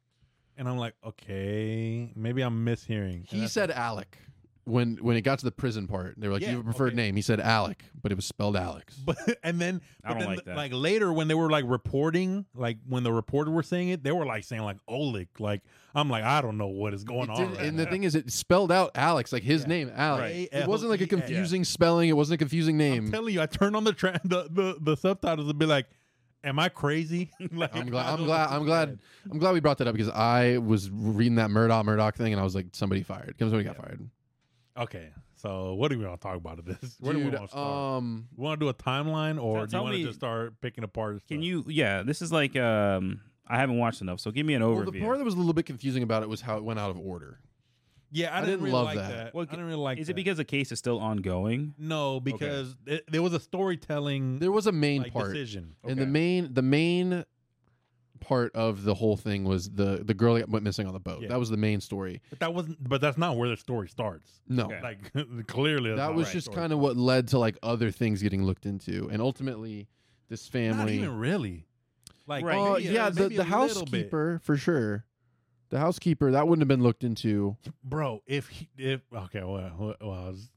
and I'm like, okay, maybe I'm mishearing. And
He
that's-
said Alec when when it got to the prison part. They were like,
Yeah,
"You have a preferred
okay.
name." He said Alec, but it was spelled Alex.
But and then,
I
but
don't
then
like that.
like later when they were like reporting, like when the reporter was saying it, they were like saying like Oleg. Like I'm like I don't know what is going
It
on.
did-
right
and the
now.
thing is, it spelled out Alex, like his
Yeah.
name, Alec.
Right.
It wasn't like a
A-L-E-X.
confusing spelling. It wasn't a confusing
E I'm
name.
telling you, I turn on the tra- the, the the subtitles and be like, "Am I crazy?" like,
I'm
I
glad. I'm
don't
glad.
know.
I'm glad. I'm glad we brought that up because I was reading that Murdoch Murdoch thing, and I was like, somebody fired. Somebody got fired.
Okay, so what do we want to talk about? This where do we
Dude,
want to start?
um,
we want to do a timeline, or
Tell-
do you
tell
want
me-
to just start picking apart?
Can
stuff?
you? Yeah, this is like um, I haven't watched enough, so give me an
well, the
overview.
part that was a little bit confusing about it was how it went out of order.
Yeah, I,
I
didn't,
didn't
really
love
like
that.
that.
Well,
I didn't really like.
is
that.
it because the case is still ongoing?
No, because it, there was a storytelling
There was a main
like,
part.
decision.
And the
Okay.
main the main part of the whole thing was the the girl that went missing on the boat.
Yeah.
That was the main story.
But that wasn't. But that's not where the story starts.
No.
Okay.
Like clearly,
That was just kind of what led to like other things getting looked into. And ultimately this
not
family
even really. Like,
Right.
Oh,
maybe a-
yeah, the,
maybe a
the
little bit.
housekeeper for sure. The housekeeper, that wouldn't have been looked into.
bro. If he, if okay, well, well, well I was-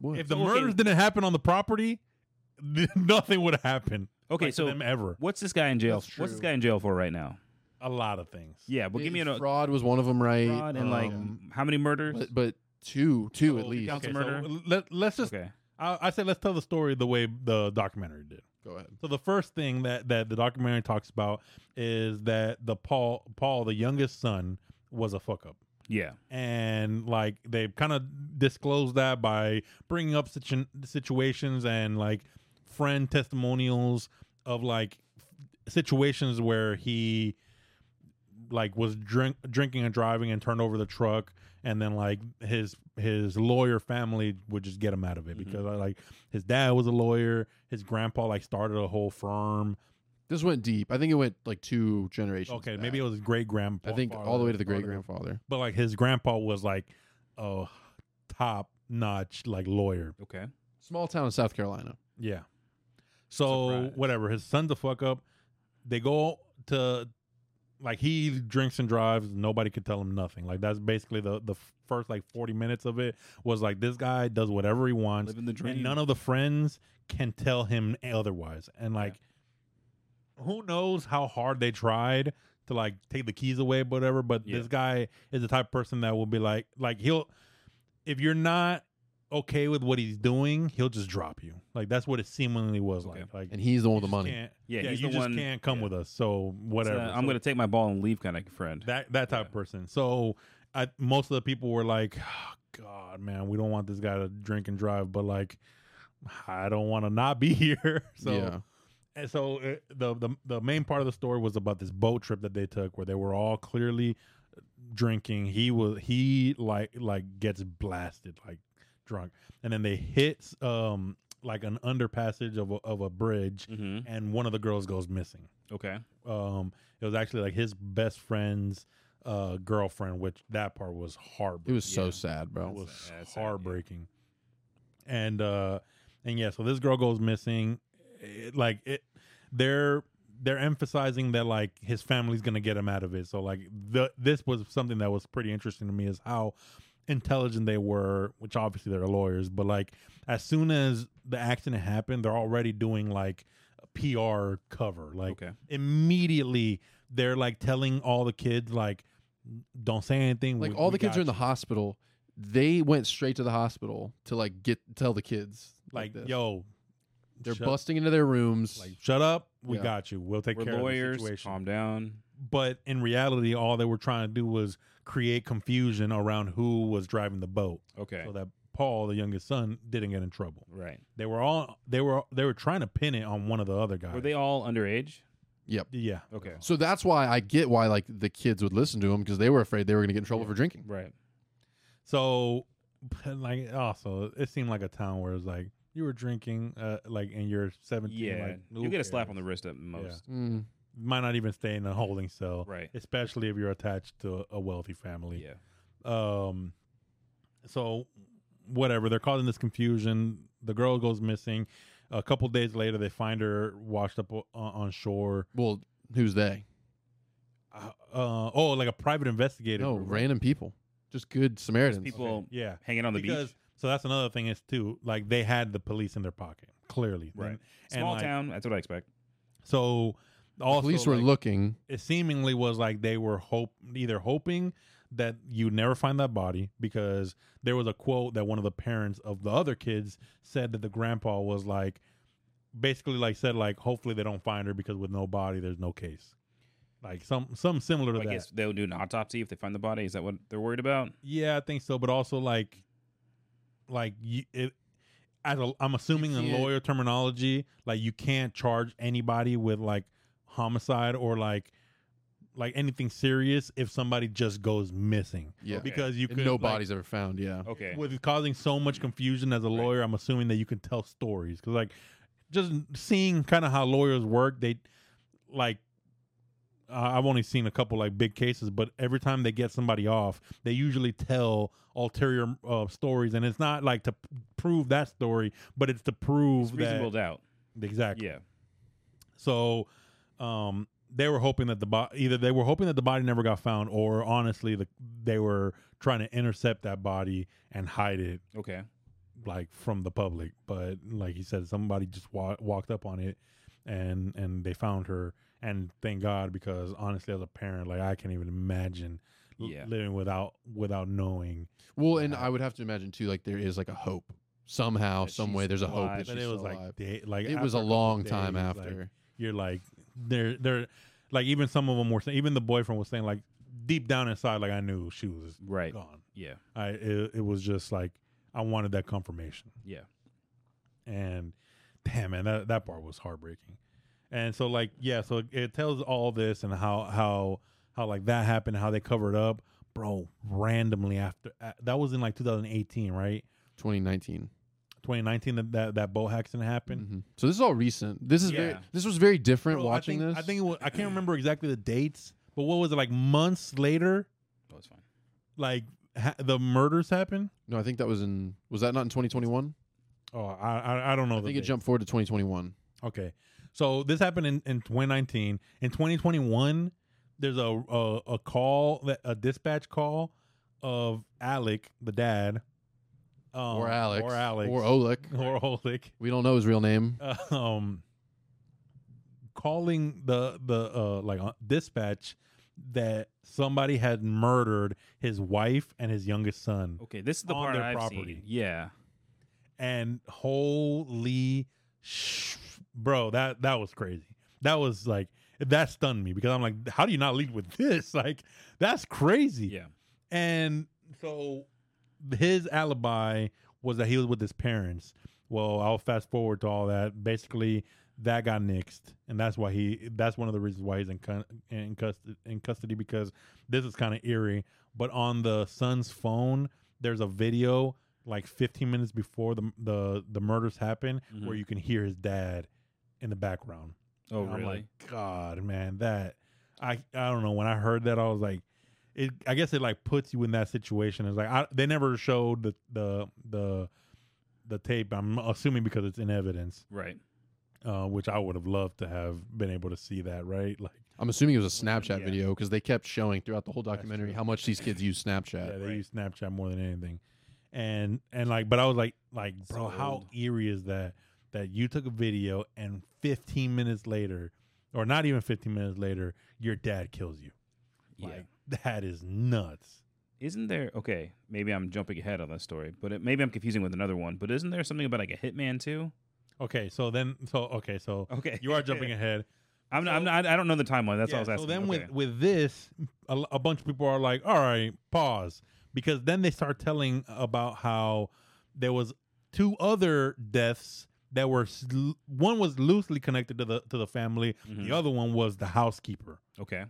What?
if the
Okay.
murders didn't happen on the property, then nothing would have happened.
Okay,
like, to
so
them ever
what's this guy in jail?
That's
What's this
true.
guy in jail for right now?
a lot of things.
Yeah, but give me
Yeah,
an o-
fraud was one of them, right?
fraud and like
Um,
how many murders?
but, but two, two at
So,
least.
counts
Oh, Okay,
as murder?
So let, let's just.
okay,
I, I said let's tell the story the way the documentary did.
Go ahead.
So the first thing that that the documentary talks about is that the Paul Paul the youngest son was a fuck up.
yeah,
And like they've kind of disclosed that by bringing up situ- situations and like friend testimonials of like f- situations where he like was drink drinking and driving and turned over the truck and then like his his lawyer family would just get him out of it
Mhm.
Mm-hmm.
because uh, like his dad was a lawyer his grandpa like started a whole firm
This went deep. I think it went like two generations.
okay
back.
maybe it was his great grandpa
I think all the way to the great grandfather.
but like his grandpa was like a top notch like lawyer
okay,
Small town in South Carolina.
Yeah. So
Surprise.
whatever, his son's a fuck up. They go to like he drinks and drives. Nobody could tell him nothing. Like that's basically the the first like forty minutes of it was like this guy does whatever he wants,
living the dream.
and none of the friends can tell him otherwise. And like, who knows how hard they tried to like take the keys away, but whatever. But
Yeah.
this guy is the type of person that will be like, like he'll, if you're not okay with what he's doing, he'll just drop you. Like that's what it seemingly was
Okay.
like. Like
And he's the one with the
just
money.
can't-
Yeah,
yeah,
he's
you
the
just
one-
can't come
yeah.
with us. So
It's, uh,
whatever.
I'm
So-
gonna take my ball and leave, kind of friend.
that that type
Yeah.
of person. So I, most of the people were like, oh, "God, man, we don't want this guy to drink and drive," but like, I don't want to not be here. So
yeah.
and so uh, the the the main part of the story was about this boat trip that they took, where they were all clearly uh, drinking. He was he like like gets blasted like drunk, and then they hit um like an underpassage of a, of a bridge,
hmm
and one of the girls goes missing
Okay,
um it was actually like his best friend's uh girlfriend which that part was
It
heartbreaking
was so
Yeah.
sad, bro.
It was
sad, sad, yeah.
heartbreaking and uh and yeah so this girl goes missing it, like it their they're emphasizing that like his family's gonna get him out of it. So like the this was something that was pretty interesting to me is how intelligent they were, which obviously they're lawyers, but like as soon as the accident happened, they're already doing like a PR cover. Like
okay.
immediately they're like telling all the kids like don't say anything.
Like
we-
all
we
the kids
got
are in the
you."
hospital. They went straight to the hospital to like get tell the kids
like,
this.
yo,
they're
shut-
busting into their rooms.
like shut up. We
Yeah.
got you. We'll take
We're
care
lawyers.
of the situation.
Calm down.
but in reality, all they were trying to do was create confusion around who was driving the boat,
Okay.
so that Paul, the youngest son, didn't get in trouble.
right.
They were all they were they were trying to pin it on one of the other guys.
Were they all underage?
yep.
Yeah.
Okay.
So that's why I get why like the kids would listen to him because they were afraid they were going to get in trouble for drinking.
Right.
So, like, also, it seemed like a town where it's like you were drinking, uh, like, and you're 17.
Yeah.
like, who
you get a slap
cares?
on the wrist at most.
Mm.
Might not even stay in a holding cell,
Right.
especially if you're attached to a wealthy family.
Yeah.
Um, so whatever they're causing this confusion. The girl goes missing. A couple days later, they find her washed up o- on on shore.
Well, who's they?
Uh, uh, oh, like a private investigator.
No,
group.
random people, just good Samaritans.
People
Yeah,
hanging on the
because
beach.
so that's another thing is too like they had the police in their pocket clearly.
Right.
And- and,
Small
like,
town. That's what I expect.
So
The
also,
police were
like,
looking.
it seemingly was like they were hope either hoping that you never find that body because there was a quote that one of the parents of the other kids said that the grandpa was like basically like said like hopefully they don't find her because with no body there's no case like some some similar to
I
that
guess they'll do an autopsy if they find the body. Is that what they're worried about?
yeah i think so but also like like you, it as a, i'm assuming in
can't-
lawyer terminology like you can't charge anybody with like homicide or like like anything serious if somebody just goes missing
Yeah.
Okay.
because you
And
could
no
like,
bodies ever found. Yeah.
Okay.
with causing so much confusion as a
Right.
lawyer i'm assuming that you can tell stories because like just seeing kind of how lawyers work they like uh, i've only seen a couple like big cases but every time they get somebody off they usually tell ulterior uh, stories and it's not like to p- prove that story but it's to prove
It's reasonable doubt.
that exactly
Yeah.
so um they were hoping that the bo- either they were hoping that the body never got found or honestly the, they were trying to intercept that body and hide it
Okay.
like from the public but like he said somebody just wa- walked up on it and and they found her and thank god because honestly as a parent like i can't even imagine l-
Yeah.
living without without knowing
Well, and
Yeah.
I would have to imagine too, like there is like a hope somehow,
That
some
she's
way. There's a hope. That
alive.
but
she's
it was
alive.
like day, like
it was a
after couple
long time
days, like,
after.
you're like they're they're like even some of them were saying even the boyfriend was saying like deep down inside like i knew she was
Right.
gone
Yeah.
i it, it was just like i wanted that confirmation
Yeah.
and damn man that, that part was heartbreaking and so like yeah so it, it tells all this and how how how like that happened how they covered up bro randomly after uh, that was in like 2018 right
2019.
2019 that that, that boat accident happened
Mhm. So this is all recent. This is very.
Yeah.
This was very different
Bro,
watching
I think,
this.
I think it was, I can't remember exactly the dates, but what was it like months later?
Oh, it's fine.
Like ha- the murders happened.
No, I think that was in. Was that not in 2021?
Oh, I I, I don't know.
I
the
think it
dates.
jumped forward to 2021.
Okay, so this happened in, in 2019. In 2021, there's a a, a call that a dispatch call of Alec, the dad, um,
or Alex.
or Alex,
Or Oleg.
or Oleg,
We don't know his real name.
um, calling the the uh, like uh, dispatch that somebody had murdered his wife and his youngest son,
Okay. This is the
On
part
their
I've
property.
seen. Yeah.
and holy, sh- bro, that that was crazy. That was like that stunned me because I'm like, how do you not lead with this? Like, that's crazy.
Yeah.
And so his alibi was that he was with his parents. Well, I'll fast forward to all that. Basically, that got nixed, and that's why he. That's one of the reasons why he's in cu- in custody, in custody because this is kind of eerie. But on the son's phone, there's a video like 15 minutes before the the the murders happen,
Mhm.
where you can hear his dad in the background.
Oh,
And I'm
really?
like, God, man, that I I don't know. When I heard that, I was like, it. I guess it like puts you in that situation. It's like I, they never showed the the the the tape. I'm assuming because it's in evidence.
right.
uh, which I would have loved to have been able to see that. Right, like
I'm assuming it was a Snapchat
Yeah.
video because they kept showing throughout the whole documentary
true.
how much these kids use
yeah,
Snapchat.
they
right.
use Snapchat more than anything, and and like, but I was like, like, bro,
So
how
old.
eerie is that? That you took a video and 15 minutes later, or not even 15 minutes later, your dad kills you.
Yeah.
Like, that is nuts.
isn't there okay, maybe I'm jumping ahead on this story, but it, maybe I'm confusing with another one, but isn't there something about like a hitman too?
Okay, so then, so okay, so
Okay.
you are jumping ahead.
I'm not, I'm
So-
not I don't know the timeline. That's all I was
Yeah,
asking.
So then
okay.
with with this, a, l- a bunch of people are like, "All right, pause," because then they start telling about how there was two other deaths that were sl- one was loosely connected to the to the family,
Mhm.
the other one was the housekeeper.
Okay.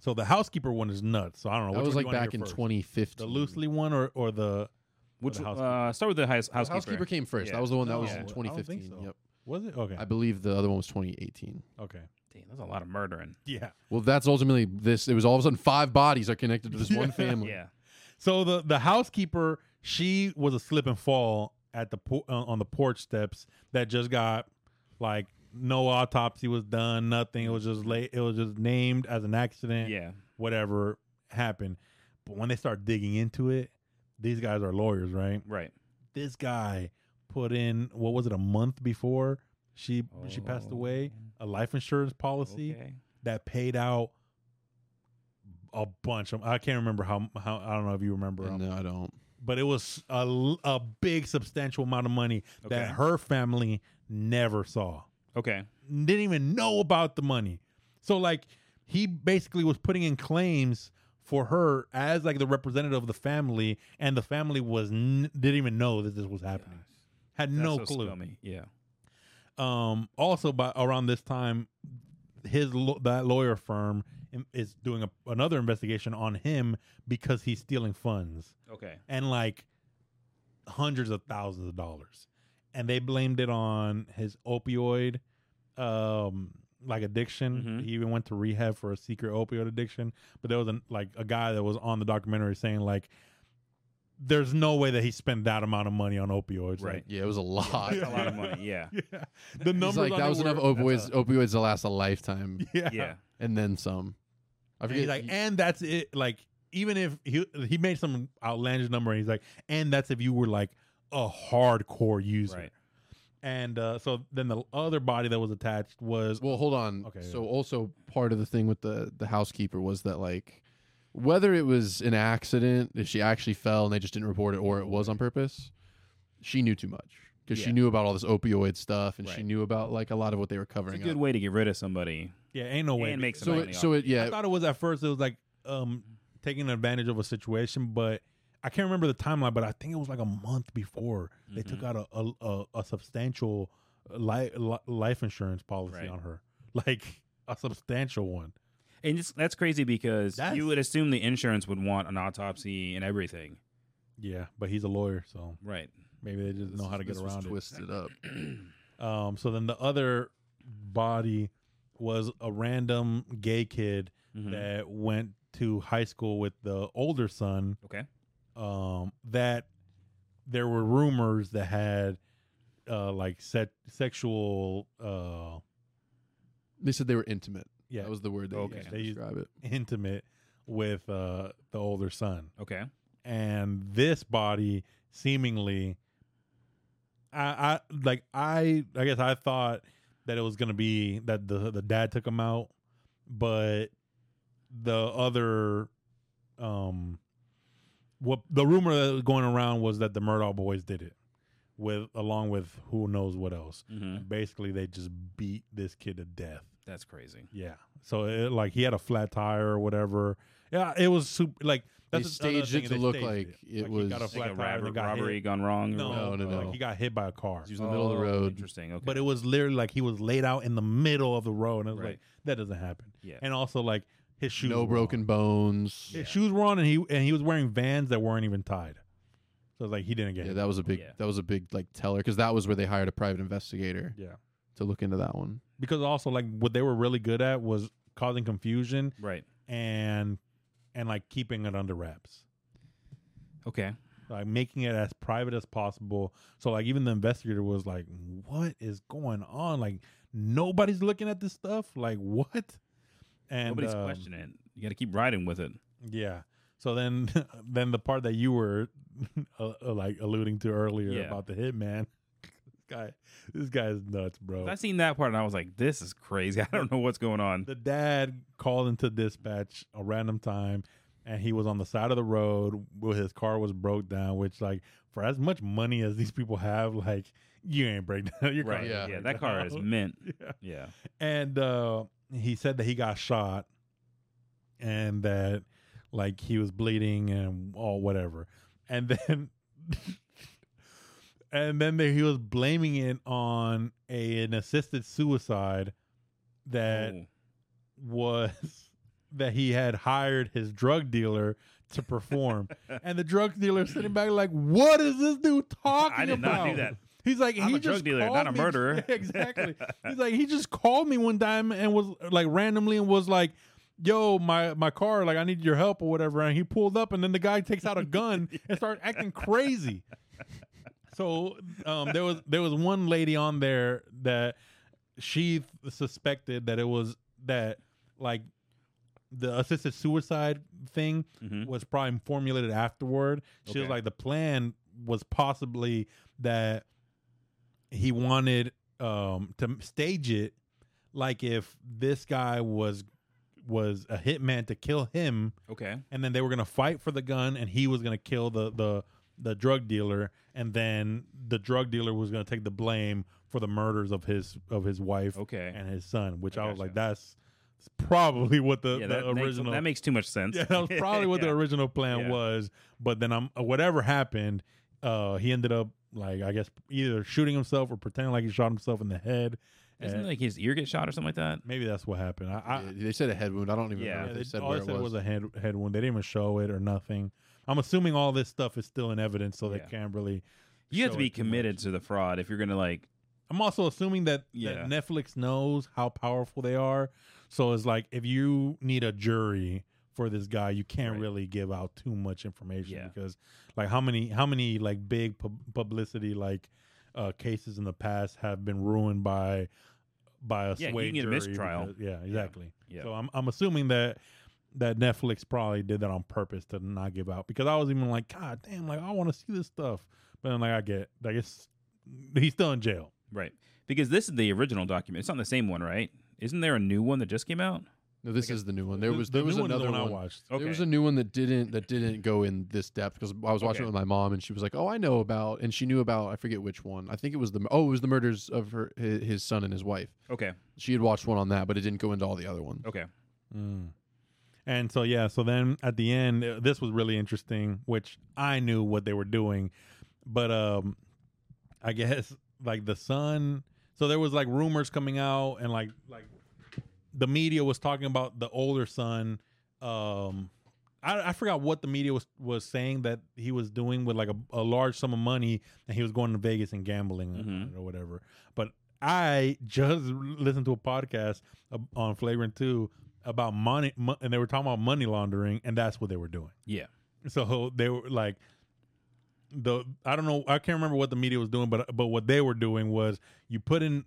So the housekeeper one is nuts. So I don't know.
That
which
was
one
like
do you wanna
back
hear
in
first?
2015.
The loosely one or or the
Which
the housekeeper.
uh start with the highest
The
housekeeper.
housekeeper came first.
Yeah.
That was the one that
No,
was
I
in
don't
think
2015.
so.
Yep.
was it okay
I believe the other one was 2018.
okay
Damn, that's a lot of murdering.
yeah.
Well, that's ultimately this. It was all of a sudden five bodies are connected to this one family.
Yeah.
So the the housekeeper, she was a slip and fall at the por- uh, on the porch steps that just got like no autopsy was done, nothing. It was just late. It was just named as an accident.
Yeah.
Whatever happened. But when they start digging into it, these guys are lawyers, right?
Right.
This guy put in what was it a month before she she passed away a life insurance policy
Oh, Okay.
that paid out a bunch of I can't remember how how I don't know if you remember
And
um,
No, I don't.
but it was a, l- a big substantial amount of money that
Okay.
her family never saw
Okay.
didn't even know about the money so like he basically was putting in claims for her as like the representative of the family and the family was n- didn't even know that this was happening had
That's
no
so
clue
scummy. Yeah.
um also by around this time his lo- that lawyer firm im- is doing a, another investigation on him because he's stealing funds
Okay.
and like hundreds of thousands of dollars. And they blamed it on his opioid um like addiction.
Mm-hmm.
Mhm.
He even went to rehab for a secret opioid addiction. But there was an, like a guy that was on the documentary saying like there's no way that he spent that amount of money on opioids.
Right.
Like,
Yeah, it was a lot.
That's
Yeah.
a lot of money. Yeah.
yeah. The
He's
numbers
like
on
that
it
was
were-
enough opioids, opioids to last a lifetime
Yeah.
Yeah.
and then some. I
And he's
forget.
like,
he-
and that's it. Like, even if he he made some outlandish number, and he's like, and that's if you were like a hardcore user.
Right.
And uh, so then the other body that was attached was
Well, hold on.
Okay,
So
yeah.
also part of the thing with the the housekeeper was that like whether it was an accident, if she actually fell and they just didn't report it, or it was on purpose, she knew too much because she
Yeah.
knew about all this opioid stuff and she
Right.
knew about like a lot of what they were
It's a
covering
good
up.
way to get rid of somebody
yeah, ain't no way.
and make some
so
money.
it,
off
so it yeah.
I thought it was at first it was like um taking advantage of a situation, but I can't remember the timeline. But I think it was like a month before they took
Mm-hmm.
out a a, a, a substantial life life insurance policy
Right.
on her, like a substantial one.
And it's, that's crazy because
That's-
you would assume the insurance would want an autopsy and everything.
Yeah, but he's a lawyer, so
Right. Mm-hmm.
maybe they just know how to get
this was
around it.
twisted up.
Um, so then the other body was a random gay kid
Mm-hmm.
Mhm.
that went to high school with the older son.
Okay.
Um, that there were rumors that had uh like set sexual uh
They said they were intimate.
yeah
That was the word they
Okay.
used to
They used-
describe it.
intimate with uh the older son.
Okay.
and this body seemingly I, I like I I guess I thought that it was gonna be that the the dad took him out, but the other um what the rumor that was going around was that the Murdaugh boys did it with along with who knows what else.
hmm
Basically they just beat this kid to death.
That's crazy.
Yeah. So it, like he had a flat tire or whatever. Yeah, it was super like
They
another
staged
thing,
it
they
to look
staged
like it
he got a flat
was-
like a
tire and
robber-
then got
robbery
hit.
gone wrong. or
No,
No,
whatever?
no, no.
Like he got hit by a car.
He was in the middle of the
Oh,
road.
Interesting. Okay.
But it was literally like he was laid out in the middle of the road, and I was
Right.
like, that doesn't happen.
Yeah.
And also like his shoes, were
No
on.
broken bones.
His shoes were on, and he and he was wearing Vans that weren't even tied. So it's like he didn't get.
Yeah,
hit.
that was a big
Yeah.
that was a big like teller because that was where they hired a private investigator
yeah.
to look into that one.
Because also like what they were really good at was causing confusion
right.
and and like keeping it under wraps.
Okay.
like making it as private as possible. So like even the investigator was like, "What is going on? Like nobody's looking at this stuff. Like what?" And Oh.
Nobody's
um,
questioning it. You got to keep riding with it.
Yeah. So then, then the part that you were uh, uh, like alluding to earlier
Yeah.
about the hitman. This guy, this guy is nuts, bro.
I seen that part and I was like, this is crazy. I don't know what's going on.
the dad called into dispatch a random time and he was on the side of the road where his car was broke down which like for as much money as these people have like you ain't break down your car
Right.
ain't
yeah.
Yeah.
break
that car
down.
is mint.
Yeah.
Yeah.
and uh he said that he got shot and that like he was bleeding and all whatever and then and then they, he was blaming it on a, an assisted suicide that
Ooh.
was that he had hired his drug dealer to perform. and the drug dealer sitting back like, what is this dude talking about?
I did not do that.
He's like,
I'm
he
a drug
just
dealer,
called
not a
me-
murderer.
exactly. He's like, he just called me one time and was like randomly and was like, yo, my, my car, like I need your help or whatever. And he pulled up and then the guy takes out a gun and starts acting crazy. So um, there was there was one lady on there that she suspected that it was that like the assisted suicide thing
Mhm.
was probably formulated afterward. She was
Okay.
like the plan was possibly that he wanted um to stage it like if this guy was was a hitman to kill him
Okay.
and then they were gonna fight for the gun, and he was gonna kill the the the drug dealer, and then the drug dealer was gonna take the blame for the murders of his of his wife
Okay.
and his son. Which
I
I was like,
gotcha.
that's probably what the, the
yeah, that, makes,
original
that makes too much sense.
yeah, that was probably what
Yeah.
the original plan
Yeah.
was. But then I'm whatever happened, uh, he ended up like I guess either shooting himself or pretending like he shot himself in the head.
Isn't
and
like his ear get shot or something like that?
maybe that's what happened. I, I,
Yeah, they said a head wound. I don't even
Yeah,
remember
yeah,
if
they,
they said
all
where
they
it
said
was.
was a head head wound. They didn't even show it or nothing. I'm assuming all this stuff is still in evidence, so
Yeah.
they can't really.
You
show
have to be
it too
committed
much.
to the fraud if you're going to like
I'm also assuming that,
Yeah.
that Netflix knows how powerful they are, so it's like if you need a jury for this guy, you can't
Right.
really give out too much information
Yeah.
because, like, how many how many like big pub- publicity like uh, cases in the past have been ruined by by a
Yeah, you
sway
can get a
jury
mistrial.
because- yeah, exactly.
Yeah.
So I'm I'm assuming that that Netflix probably did that on purpose to not give out because I was even like, God damn, like I want to see this stuff, but then like I get like it's he's still in jail.
Right. Because this is the original document. It's not the same one, right? Isn't there a new one that just came out?
No, this is the new one. There
The-
was
the
there was
new one's the
another
one,
one.
I watched.
Okay.
There was a new one that didn't that didn't go in this depth because I was watching
Okay.
it with my mom and she was like, "Oh, I know about," and she knew about. I forget which one. I think it was the oh, it was the murders of her his, his son and his wife.
okay.
She had watched one on that, but it didn't go into all the other ones.
Okay.
Mm. And so yeah, so then at the end, uh, this was really interesting, which I knew what they were doing, but um, I guess like the son. So there was like rumors coming out, and like like the media was talking about the older son. Um, I, I forgot what the media was was saying that he was doing with like a, a large sum of money, and he was going to Vegas and gambling on
Mhm.
it or whatever. But I just listened to a podcast uh, on Flagrant Two about money, mo- and they were talking about money laundering, and that's what they were doing.
Yeah.
So they were like, the I don't know, I can't remember what the media was doing, but but what they were doing was you put in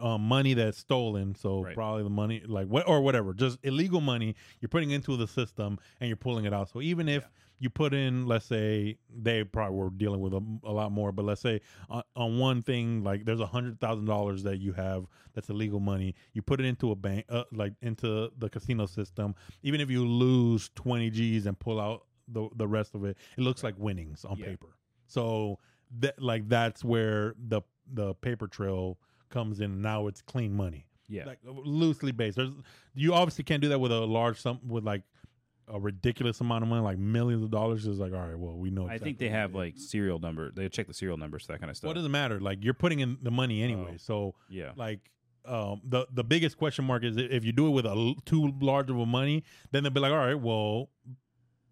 um, money that's stolen, so
Right.
probably the money like what or whatever, just illegal money you're putting into the system and you're pulling it out. So even if you put in, let's say they probably were dealing with a, a lot more, but let's say on, on one thing like there's a hundred thousand dollars that you have that's illegal money, you put it into a bank, uh, like into the casino system. Even if you lose twenty G's and pull out the the rest of it, it looks like winnings on
Yeah.
paper. So that like that's where the the paper trail comes in. Now it's clean money,
Yeah.
like loosely based. There's you obviously can't do that with a large sum with like a ridiculous amount of money, like millions of dollars. Is like all right, well we know.
I think
exactly
they
what
have
it is.
like serial number. They check the serial numbers, that kind of stuff.
What does it matter? Like you're putting in the money anyway,
Oh.
so
yeah.
like um the the biggest question mark is if you do it with a l- too large of a money then they'll be like all right well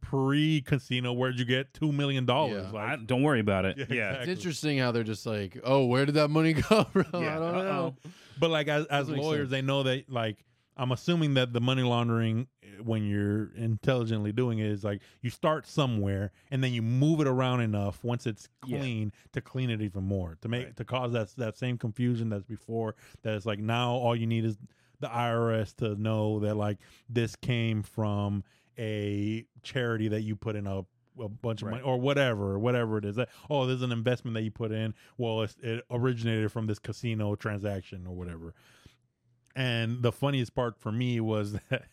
pre casino where'd you get two million dollars
Yeah.
like
I, don't worry about it.
Yeah,
Yeah.
exactly.
It's interesting how they're just like, "Oh, where did that money come from?"
Yeah.
I don't know.
Uh-oh.
but like as, as
Doesn't make
lawyers
sense.
they know that like I'm assuming that the money laundering, eh, when you're intelligently doing it, is like you start somewhere and then you move it around enough once it's
Yeah.
clean to clean it even more to make
Right.
to cause that that same confusion that's before. That it's like now all you need is the IRS to know that like this came from a charity that you put in a a bunch of
Right.
money or whatever, whatever it is. That, oh, there's an investment that you put in. Well, it's, it originated from this casino transaction or whatever. And the funniest part for me was that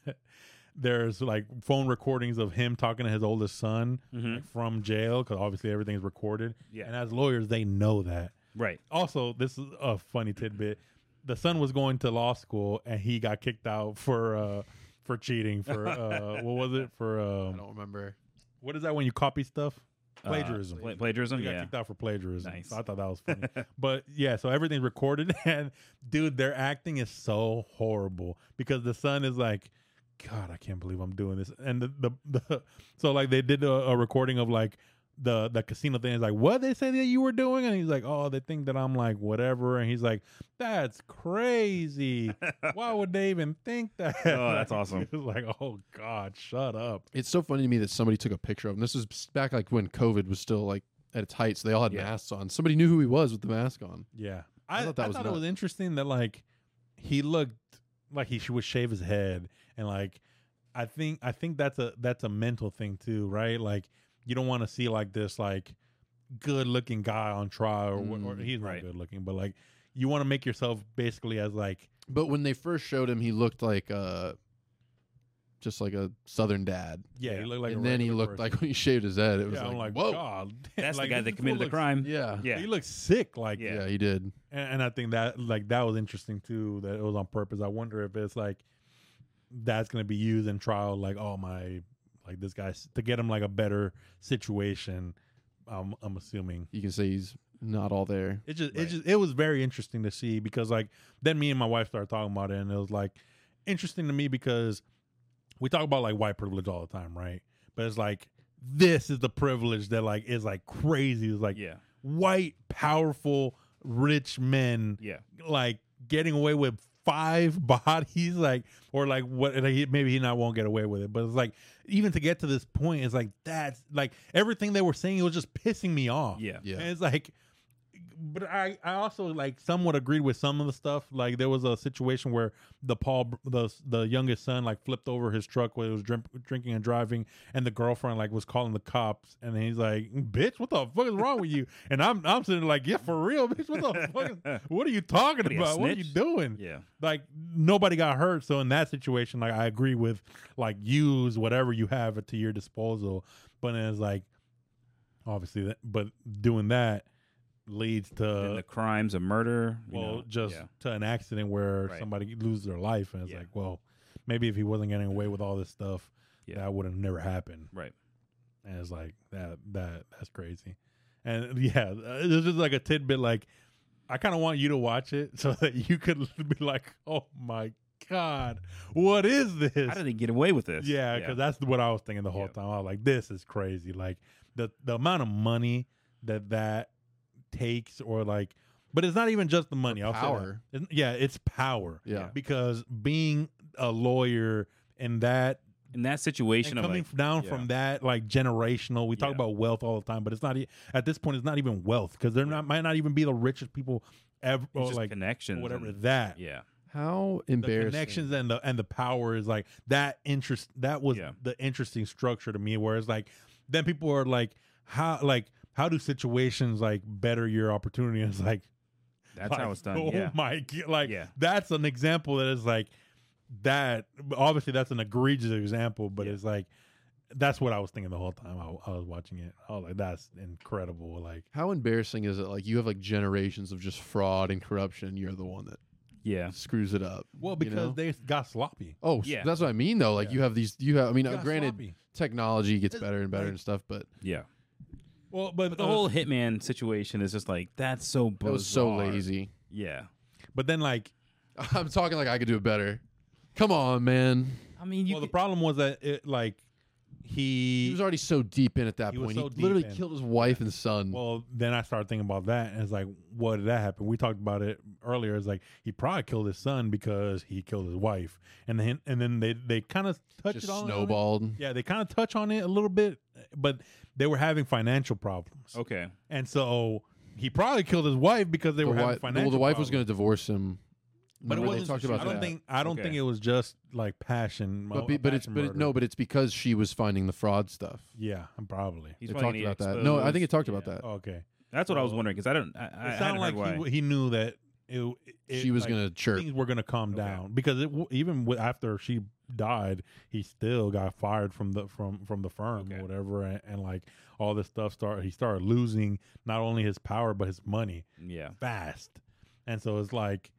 there's like phone recordings of him talking to his oldest son
Mhm.
like, from jail because obviously everything's recorded. And
Yeah.
as lawyers, they know that
Right.
also this is a funny tidbit the son was going to law school and he got kicked out for uh for cheating for uh what was it for
I
um
don't remember.
what is that when you copy stuff
Uh,
plagiarism
pla-
he
plagiarism.
got
Yeah.
kicked out for plagiarism
Nice.
so i thought that was funny but yeah so everything's recorded and dude their acting is so horrible because the son is like god i can't believe i'm doing this and the the, the so like they did a, a recording of like the the casino thing is like what they say that you were doing and he's like oh they think that i'm like whatever and he's like that's crazy why would they even think that
Oh, that's awesome.
He was like oh god shut up
It's so funny to me that somebody took a picture of him. This was back like when COVID was still like at its height, so they all had
Yeah.
masks on. Somebody knew who he was with the mask on.
Yeah, I, I
thought
thought,
that was
it
nuts.
was interesting that like he looked like he sh- would shave his head, and like I think I think that's a that's a mental thing too, right? Like you don't want to see like this like good looking guy on trial, or, wha- or
Mm,
he's not
right.
good looking, but like you want to make yourself basically as like
But when they first showed him, he looked like uh just like a southern dad.
yeah,
Yeah.
he looked like,
and
a
then he
regular
looked
person.
like when he shaved his head, it was
yeah,
like,
I'm like,
whoa,
God, damn,
That's
like,
the guy
this
that
fool
committed the
looks-
crime.
yeah,
Yeah.
He looks sick, like
Yeah.
yeah, he did.
and, and I think that like that was interesting too. That it was on purpose. I wonder if it's like that's gonna be used in trial. Like, oh my, like this guy's to get him like a better situation. I'm I'm assuming
You can say he's not all there.
it just
Right.
it just it was very interesting to see because like then me and my wife started talking about it and it was like interesting to me because we talk about like white privilege all the time, right? But it's like this is the privilege that like is like crazy. It's like
yeah.
white powerful rich men
Yeah.
like getting away with five bodies like or like what like, he- maybe he not won't get away with it but it's like even to get to this point it's like that's like everything they were saying it was just pissing me off
Yeah.
Yeah.
and it's like but i i also like somewhat agreed with some of the stuff like there was a situation where the paul the the youngest son like flipped over his truck while he was drink, drinking and driving and the girlfriend like was calling the cops and he's like bitch what the fuck is wrong with you and i'm i'm sitting there like yeah for real bitch what the Oh, fuck is what are you talking
What are you, a
about? What are you
snitch?
doing?
Yeah.
Like nobody got hurt, so in that situation, like I agree with like use whatever you have to your disposal, but then it's like obviously that, but doing that leads
Then
to
the crimes, a murder. you
Uh, well,
know,
just
yeah.
to an accident where
Right.
somebody loses their life, and it's
Yeah.
like, well, maybe if he wasn't getting away with all this stuff,
Yeah.
that would have never happened,
Right.
And it's like that that that's crazy, and yeah, uh, this is like a tidbit. Like, I kind of want you to watch it so that you could be like, oh my god, what is this?
How did he get away with this?
Yeah, because that's what I was thinking the whole
Yeah.
time. I was like, this is crazy. Like the the amount of money that that takes, or like, but it's not even just the money. I'll say that.
power.
It's- yeah, it's power
Yeah.
because being a lawyer and that
in that situation
and
of
coming
like,
f- down
yeah.
from that like generational we talk
Yeah.
about wealth all the time but it's not e- at this point it's not even wealth because they're not might not even be the richest people ever
it's
or
just
like
connections,
whatever
and-
that
Yeah.
How
the
embarrassing.
connections and the and the power is like that interest that was
Yeah.
the interesting structure to me where it's like then people are like how like how do situations like better your opportunity it's like
That's
like,
how it's done.
oh
yeah.
my god like
Yeah.
that's an example that is like that obviously that's an egregious example but
Yeah.
it's like that's what i was thinking the whole time I, I was watching it i was like that's incredible like
How embarrassing is it? Like you have like generations of just fraud and corruption. You're the one that
Yeah.
screws it up.
well
you
because
know?
they got sloppy
oh
Yeah.
yeah. that's what I mean though. Like
Yeah.
you have these. You have. I mean,
They
uh,
got
granted,
sloppy.
technology gets
It's
better and better
like-
and stuff, but
Yeah.
well but,
But the
uh,
whole hitman situation is just like that's so
it
bizarre.
was so lazy.
Yeah.
but then like
I'm talking like I could do it better. Come on, man.
I mean, you
well, the
could-
problem was that it like he,
He was already so deep in at that
He was
point.
so
he
deep
literally
in.
killed his wife and son.
well then i started thinking about that and it's like what did that happen we talked about it earlier it's like he probably killed his son because he killed his wife and then and then they they kind of touched
just
it on on it.
snowballed.
yeah they kind of touch on it a little bit but they were having financial problems
Oh.
Okay.
and so he probably killed his wife because they
The
were
wi-
having
the-
financial
well, the wife
problems.
was going to divorce him.
but it
Remember, they
wasn't
talked about
I don't
that.
think I don't
Okay.
think it was just like passion
but, be, but it's but it, no, but it's because she was finding the fraud stuff.
yeah probably
He's
It
probably
talked
gonna
about that.
get
No, I think it
exposed.
talked about
Yeah.
that.
okay
That's what I was
Oh.
wondering because I don't. I, I
it
hadn't
sounded
heard
like
why.
he, he knew that it, it
she was
like,
going to chirp.
things were gonna calm
Okay.
down because it w- even w- after she died, he still got fired from the from from the firm
Okay.
or whatever, and, and like all this stuff started. He started losing not only his power but his money
yeah.
fast, and so it's like,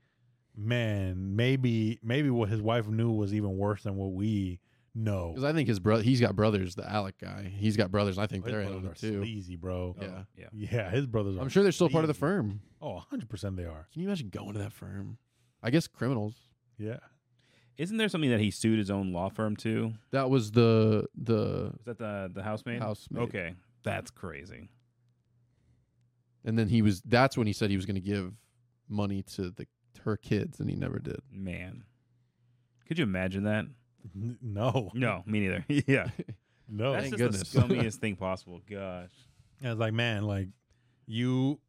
man, maybe maybe what his wife knew was even worse than what we know.
Because I think his brother, he's got brothers. The Alec guy, he's got brothers. And I think
His
they're in
brothers
on
are
it too.
sleazy, bro.
Oh,
Yeah.
Yeah.
Yeah, his brothers are.
I'm sure they're still part of the
sleazy.
firm.
Oh, 100 percent they are.
Can you imagine going to that firm? I guess criminals.
Yeah,
Isn't there something that he sued his own law firm to?
That was the the
Is that the the housemaid?
housemaid.
Okay, that's crazy.
And then he was. That's when he said he was going to give money to the her kids, and he never did.
Man, could you imagine that?
N- no,
No, me neither. yeah,
no.
that's
Oh, Thank
just the
goodness.
scummiest thing possible. Gosh.
And it's like, man, like you,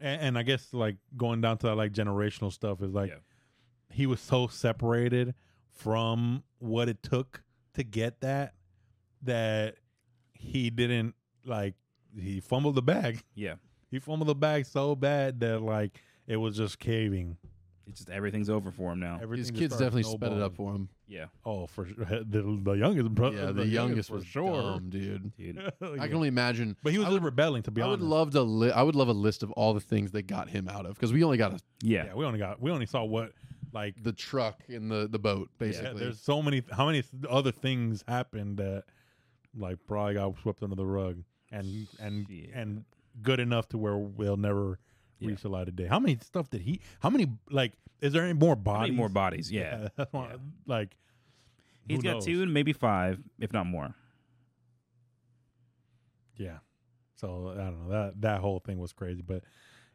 and, and I guess like going down to that like generational stuff is like
Yeah.
he was so separated from what it took to get that that he didn't like he fumbled the bag.
Yeah,
He fumbled the bag so bad that like it was just caving.
it's just everything's over for him now.
Everything
His
just
kids
started
definitely sped it
snowballing.
up for him.
Yeah,
Oh, for sure. The, the youngest brother.
yeah, the, youngest was dumb, dude.
dude.
Like,
I can only imagine.
but he was
I
just
would,
rebelling. To be
I would
honest,
love to. Li- I would love a list of all the things that got him out of because we only got a,
Yeah.
yeah, we only got we only saw what like
the truck and the the boat
Yeah,
basically.
there's so many. How many other things happened that, like, probably got swept under the rug, and and
Shit.
and good enough to where we'll never
Yeah.
reach the light of day. How many stuff did he? How many like? Is there any more
How
bodies?
many more bodies? Yeah,
that's why,
Yeah.
like
he's
who
got
knows?
two and maybe five, if not more.
Yeah. So I don't know that that whole thing was crazy, but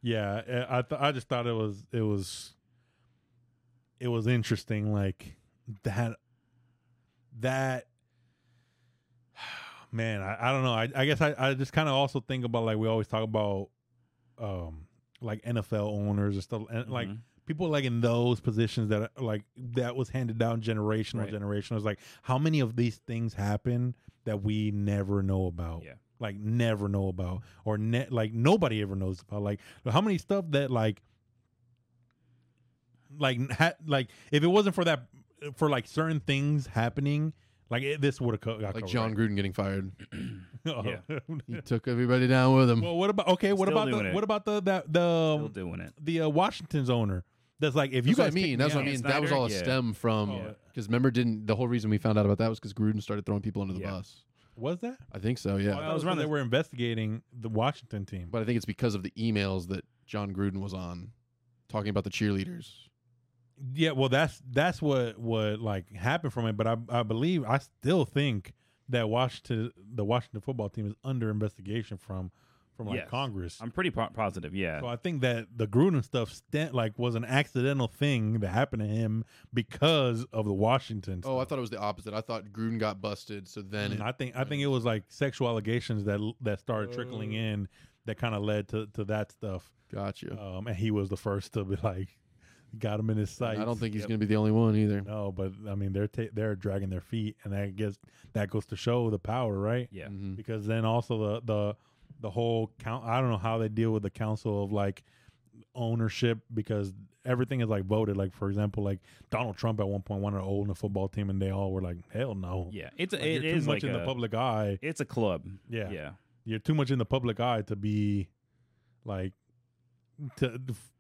yeah, eh, I th- I just thought it was it was it was interesting like that that man I, I don't know I, I guess I, I just kind of also think about like we always talk about um like NFL owners and stuff and like
Mhm.
people like in those positions that are, like that was handed down generational
Right.
generational is like how many of these things happen that we never know about
Yeah.
like never know about or ne- like nobody ever knows about like how many stuff that like like ha- like if it wasn't for that for like certain things happening like it, this would have co- got
like
covered,
John Gruden getting fired.
right?
He took everybody down with him.
well what about okay what
Still
about
doing
the
it.
what about the that the um,
um,
Still doing it.
the uh, Washington's owner that's like if you
that's what I
guys kick
mean. That's
me
what I
out-
mean. That was
Snyder?
all a
Yeah.
stem from
Oh, yeah.
because remember didn't the whole reason we found out about that was because Gruden started throwing people under the
Yeah.
bus.
was that
I think so. Yeah,
Well,
Well,
that
it
was
was
when
around
they
the-
were investigating the Washington team.
but I think it's because of the emails that John Gruden was on talking about the cheerleaders.
yeah, well, that's that's what what like happened from it. But I I believe I still think that Washington the Washington football team is under investigation from from like
Yes.
Congress.
I'm pretty po- positive. Yeah,
so I think that the Gruden stuff stent like was an accidental thing that happened to him because of the Washington.
Oh, I
stuff.
thought it was the opposite. I thought Gruden got busted, so then it,
I think I think it was like sexual allegations that that started trickling
Oh.
in that kind of led to to that stuff.
Oh,
gotcha.
Um, and he was the first to be like, got him in his sight.
I don't think he's
Yep.
going to be the only one either.
No, but I mean they're ta- they're dragging their feet, and I guess that goes to show the power, right?
yeah.
Mhm.
Because then also the the the whole count. I don't know how they deal with the council of like ownership because everything is like voted. Like for example, like Donald Trump at one point wanted to own the football team, and they all were like, "Hell no."
Yeah, it's
Like,
a, it
you're too
is
much
like
in
a,
the public eye.
It's a club.
Yeah.
yeah,
You're too much in the public eye to be like to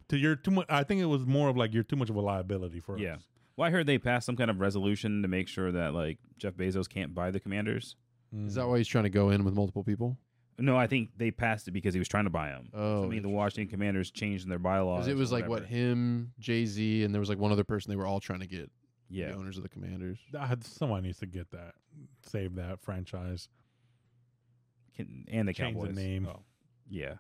to you're too much. I think it was more of like you're too much of a liability for
Yeah.
us.
Well, I heard they passed some kind of resolution to make sure that like Jeff Bezos can't buy the Commanders.
Is
Mm.
that why he's trying to go in with multiple people?
No, I think they passed it because he was trying to buy them.
Oh,
I mean, the
interesting.
Washington Commanders changed their bylaws.
Because it was
or
like what
whatever.
him, Jay Z, and there was like one other person they were all trying to get
Yeah.
the owners of the Commanders.
Ah, someone needs to get that, save that franchise.
Can, and the
Change the
Cowboys.
name.
Oh, yeah.
Change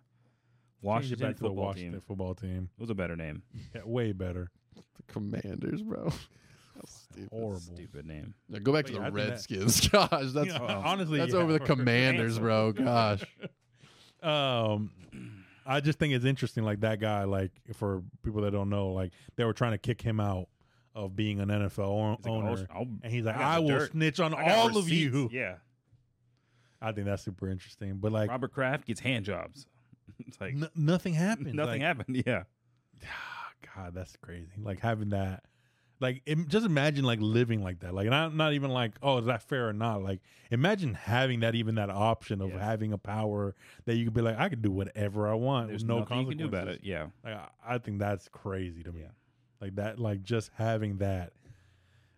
Washington
it back to the
football
Washington
team.
football team.
It was a better name.
Yeah, way better.
The Commanders, bro. That's stupid.
Horrible.
Stupid name.
Now go back
But
to
yeah,
the
I think that-
Redskins. Gosh, that's
Yeah,
uh-oh.
honestly,
that's
yeah,
over the
for-
Commanders, bro. Gosh.
um i just think it's interesting like that guy like for people that don't know like they were trying to kick him out of being an nfl o-
He's like, oh,
owner
I'll- I'll-
and he's like
I got
i,
the
will
dirt.
snitch on
I got
all of
receipts."
you
Yeah.
i think that's super interesting but like
Robert Kraft gets hand jobs. it's like
n- nothing happened Like,
nothing happened. Yeah.
ah, god that's crazy like having that like im- just imagine like living like that like and i'm not even like oh is that fair or not like imagine having that even that option of
Yeah.
having a power that you could be like i could do whatever i want
There's
with no
nothing you can do about
consequences.
it. Yeah.
Like I- I think that's crazy to me.
Yeah.
Like that, like just having that,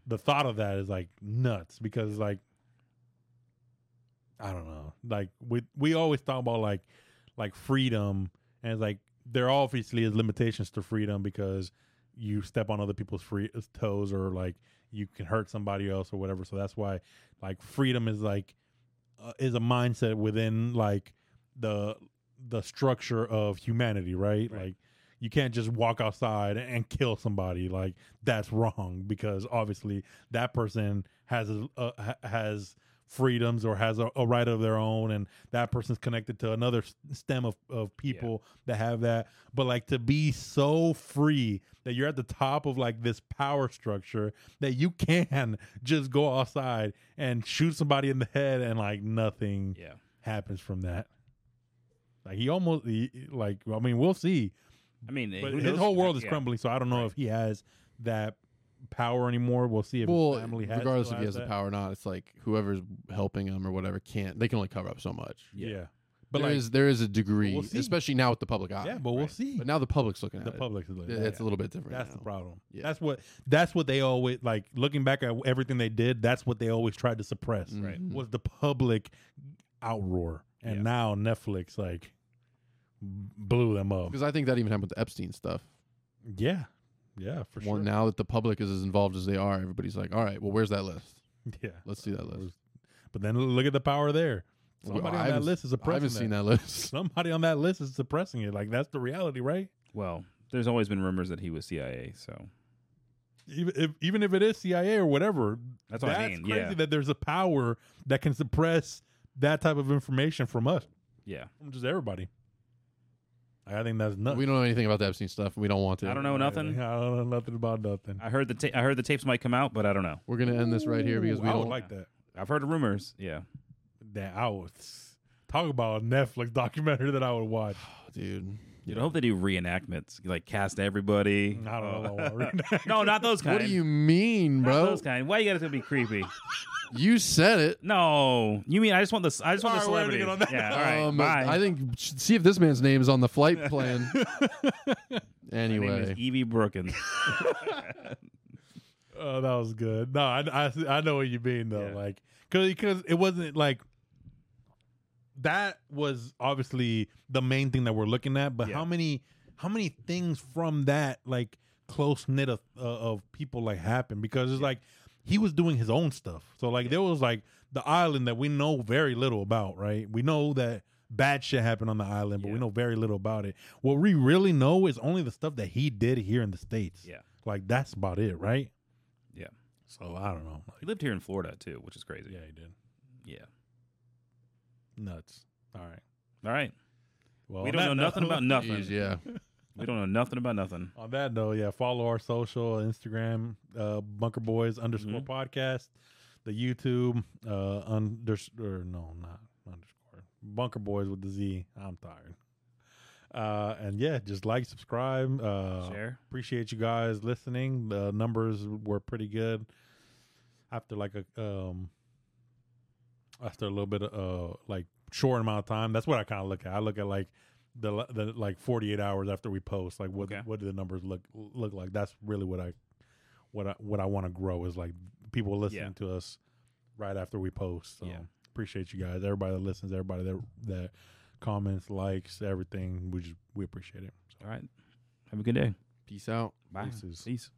the thought of that is like nuts because like, I don't know. Like we we always talk about like like freedom and it's like there obviously is limitations to freedom because you step on other people's free uh, toes or like you can hurt somebody else or whatever. So that's why like freedom is like uh, is a mindset within like the the structure of humanity, right?
Right.
Like you can't just walk outside and kill somebody. Like that's wrong because obviously that person has a, uh, ha- has freedoms or has a, a right of their own and that person's connected to another s- stem of, of people that have that but like to be so free that you're at the top of like this power structure that you can just go outside and shoot somebody in the head and like nothing
Yeah.
happens from that like he almost he- like i mean we'll see
I mean,
but
who
his
knows?
whole world is
Yeah.
crumbling so i don't know
Right.
if he has that power anymore we'll see if
Well,
his family has
regardless
still
if he
has
has the
that.
power or not, it's like whoever's helping him or whatever can't. They can only cover up so much.
yeah,
But
but
there
like
is- there is a degree,
we'll see.
especially now with the public eye.
yeah but we'll
right.
see
But now the public's looking at
the
it.
public is like,
Yeah,
yeah.
It's a little bit different.
that's
now.
the problem
Yeah.
that's what that's what they always like looking back at everything they did that's what they always tried to suppress
Right.
Mhm.
was the public outroar and
Yeah.
now netflix like b- blew them up
Because I think that even happened with Epstein stuff.
yeah yeah for
Well,
sure
now that the public is as involved as they are, everybody's like, all right, well, where's that list?
yeah
Let's see that list.
but then look at the power there
Well,
somebody
I
on that
haven't-
list is
I
suppressing
haven't
that.
seen that list.
somebody on that list is suppressing it like that's the reality right
Well, there's always been rumors that he was CIA. So
even if, even if it is cia or whatever
that's what I
that's
mean.
crazy
Yeah.
that there's a power that can suppress that type of information from us,
yeah.
from just everybody. I think that's nuts.
We don't know anything about the Epstein stuff. and We don't want to.
I don't know nothing.
I don't know nothing about nothing.
I heard the ta- I heard the tapes might come out, but I don't know.
We're gonna end this right here because
Ooh,
we
I
don't
would like that.
I've heard rumors. Yeah.
That I would talk about a Netflix documentary that I would watch.
Oh, dude.
Dude, I hope they do reenactments. Like cast everybody.
I don't know. if I
Uh,
want to read that.
no, not those kind.
What do you mean,
Not
bro?
those kind. Why you gotta be creepy?
You said it.
No, you mean I just want this? I just want the
All right, we're
celebrity.
ending it on that.
Yeah, all right,
Um,
bye.
I think should see if this man's name is on the flight plan.
My name is E.
anyway,
Evie Brookins.
Oh, that was good. No, I, I, I know what you mean though.
Yeah.
Like, cause, 'cause it wasn't like that was obviously the main thing that we're looking at. But
Yeah.
how many how many things from that like close knit of uh, of people like happened because it's like he was doing his own stuff. So like there was like the island that we know very little about. Right? We know that bad shit happened on the island, but we
Yeah.
know very little about it. What we really know is only the stuff that he did here in the states.
Yeah.
Like that's about it, right?
Yeah.
So I don't know.
He lived here in Florida too, which is crazy.
yeah, he did.
Yeah.
Nuts. All right.
All right.
Well,
we
on
don't know
that
nothing
note-
about nothing.
Jeez, yeah.
We don't know nothing about nothing.
On that note, yeah, follow our social Instagram, uh, Bunker Boys underscore
Mhm.
podcast, the YouTube uh, under or no, not underscore Bunker Boys with the Z. I'm tired. Uh, and yeah, just like, subscribe, uh,
Share.
appreciate you guys listening. The numbers were pretty good after like a um after a little bit of uh like short amount of time. That's what I kind of look at. I look at like the the like 48 hours after we post like what
Okay.
what do the numbers look look like? That's really what I what I what I want to grow is like people listening
Yeah.
to us right after we post. So
Yeah.
appreciate you guys. Everybody that listens, everybody that that comments, likes, everything. We just we appreciate it. So,
All right. Have a good day.
Peace out.
Bye.
Deuces.
Peace.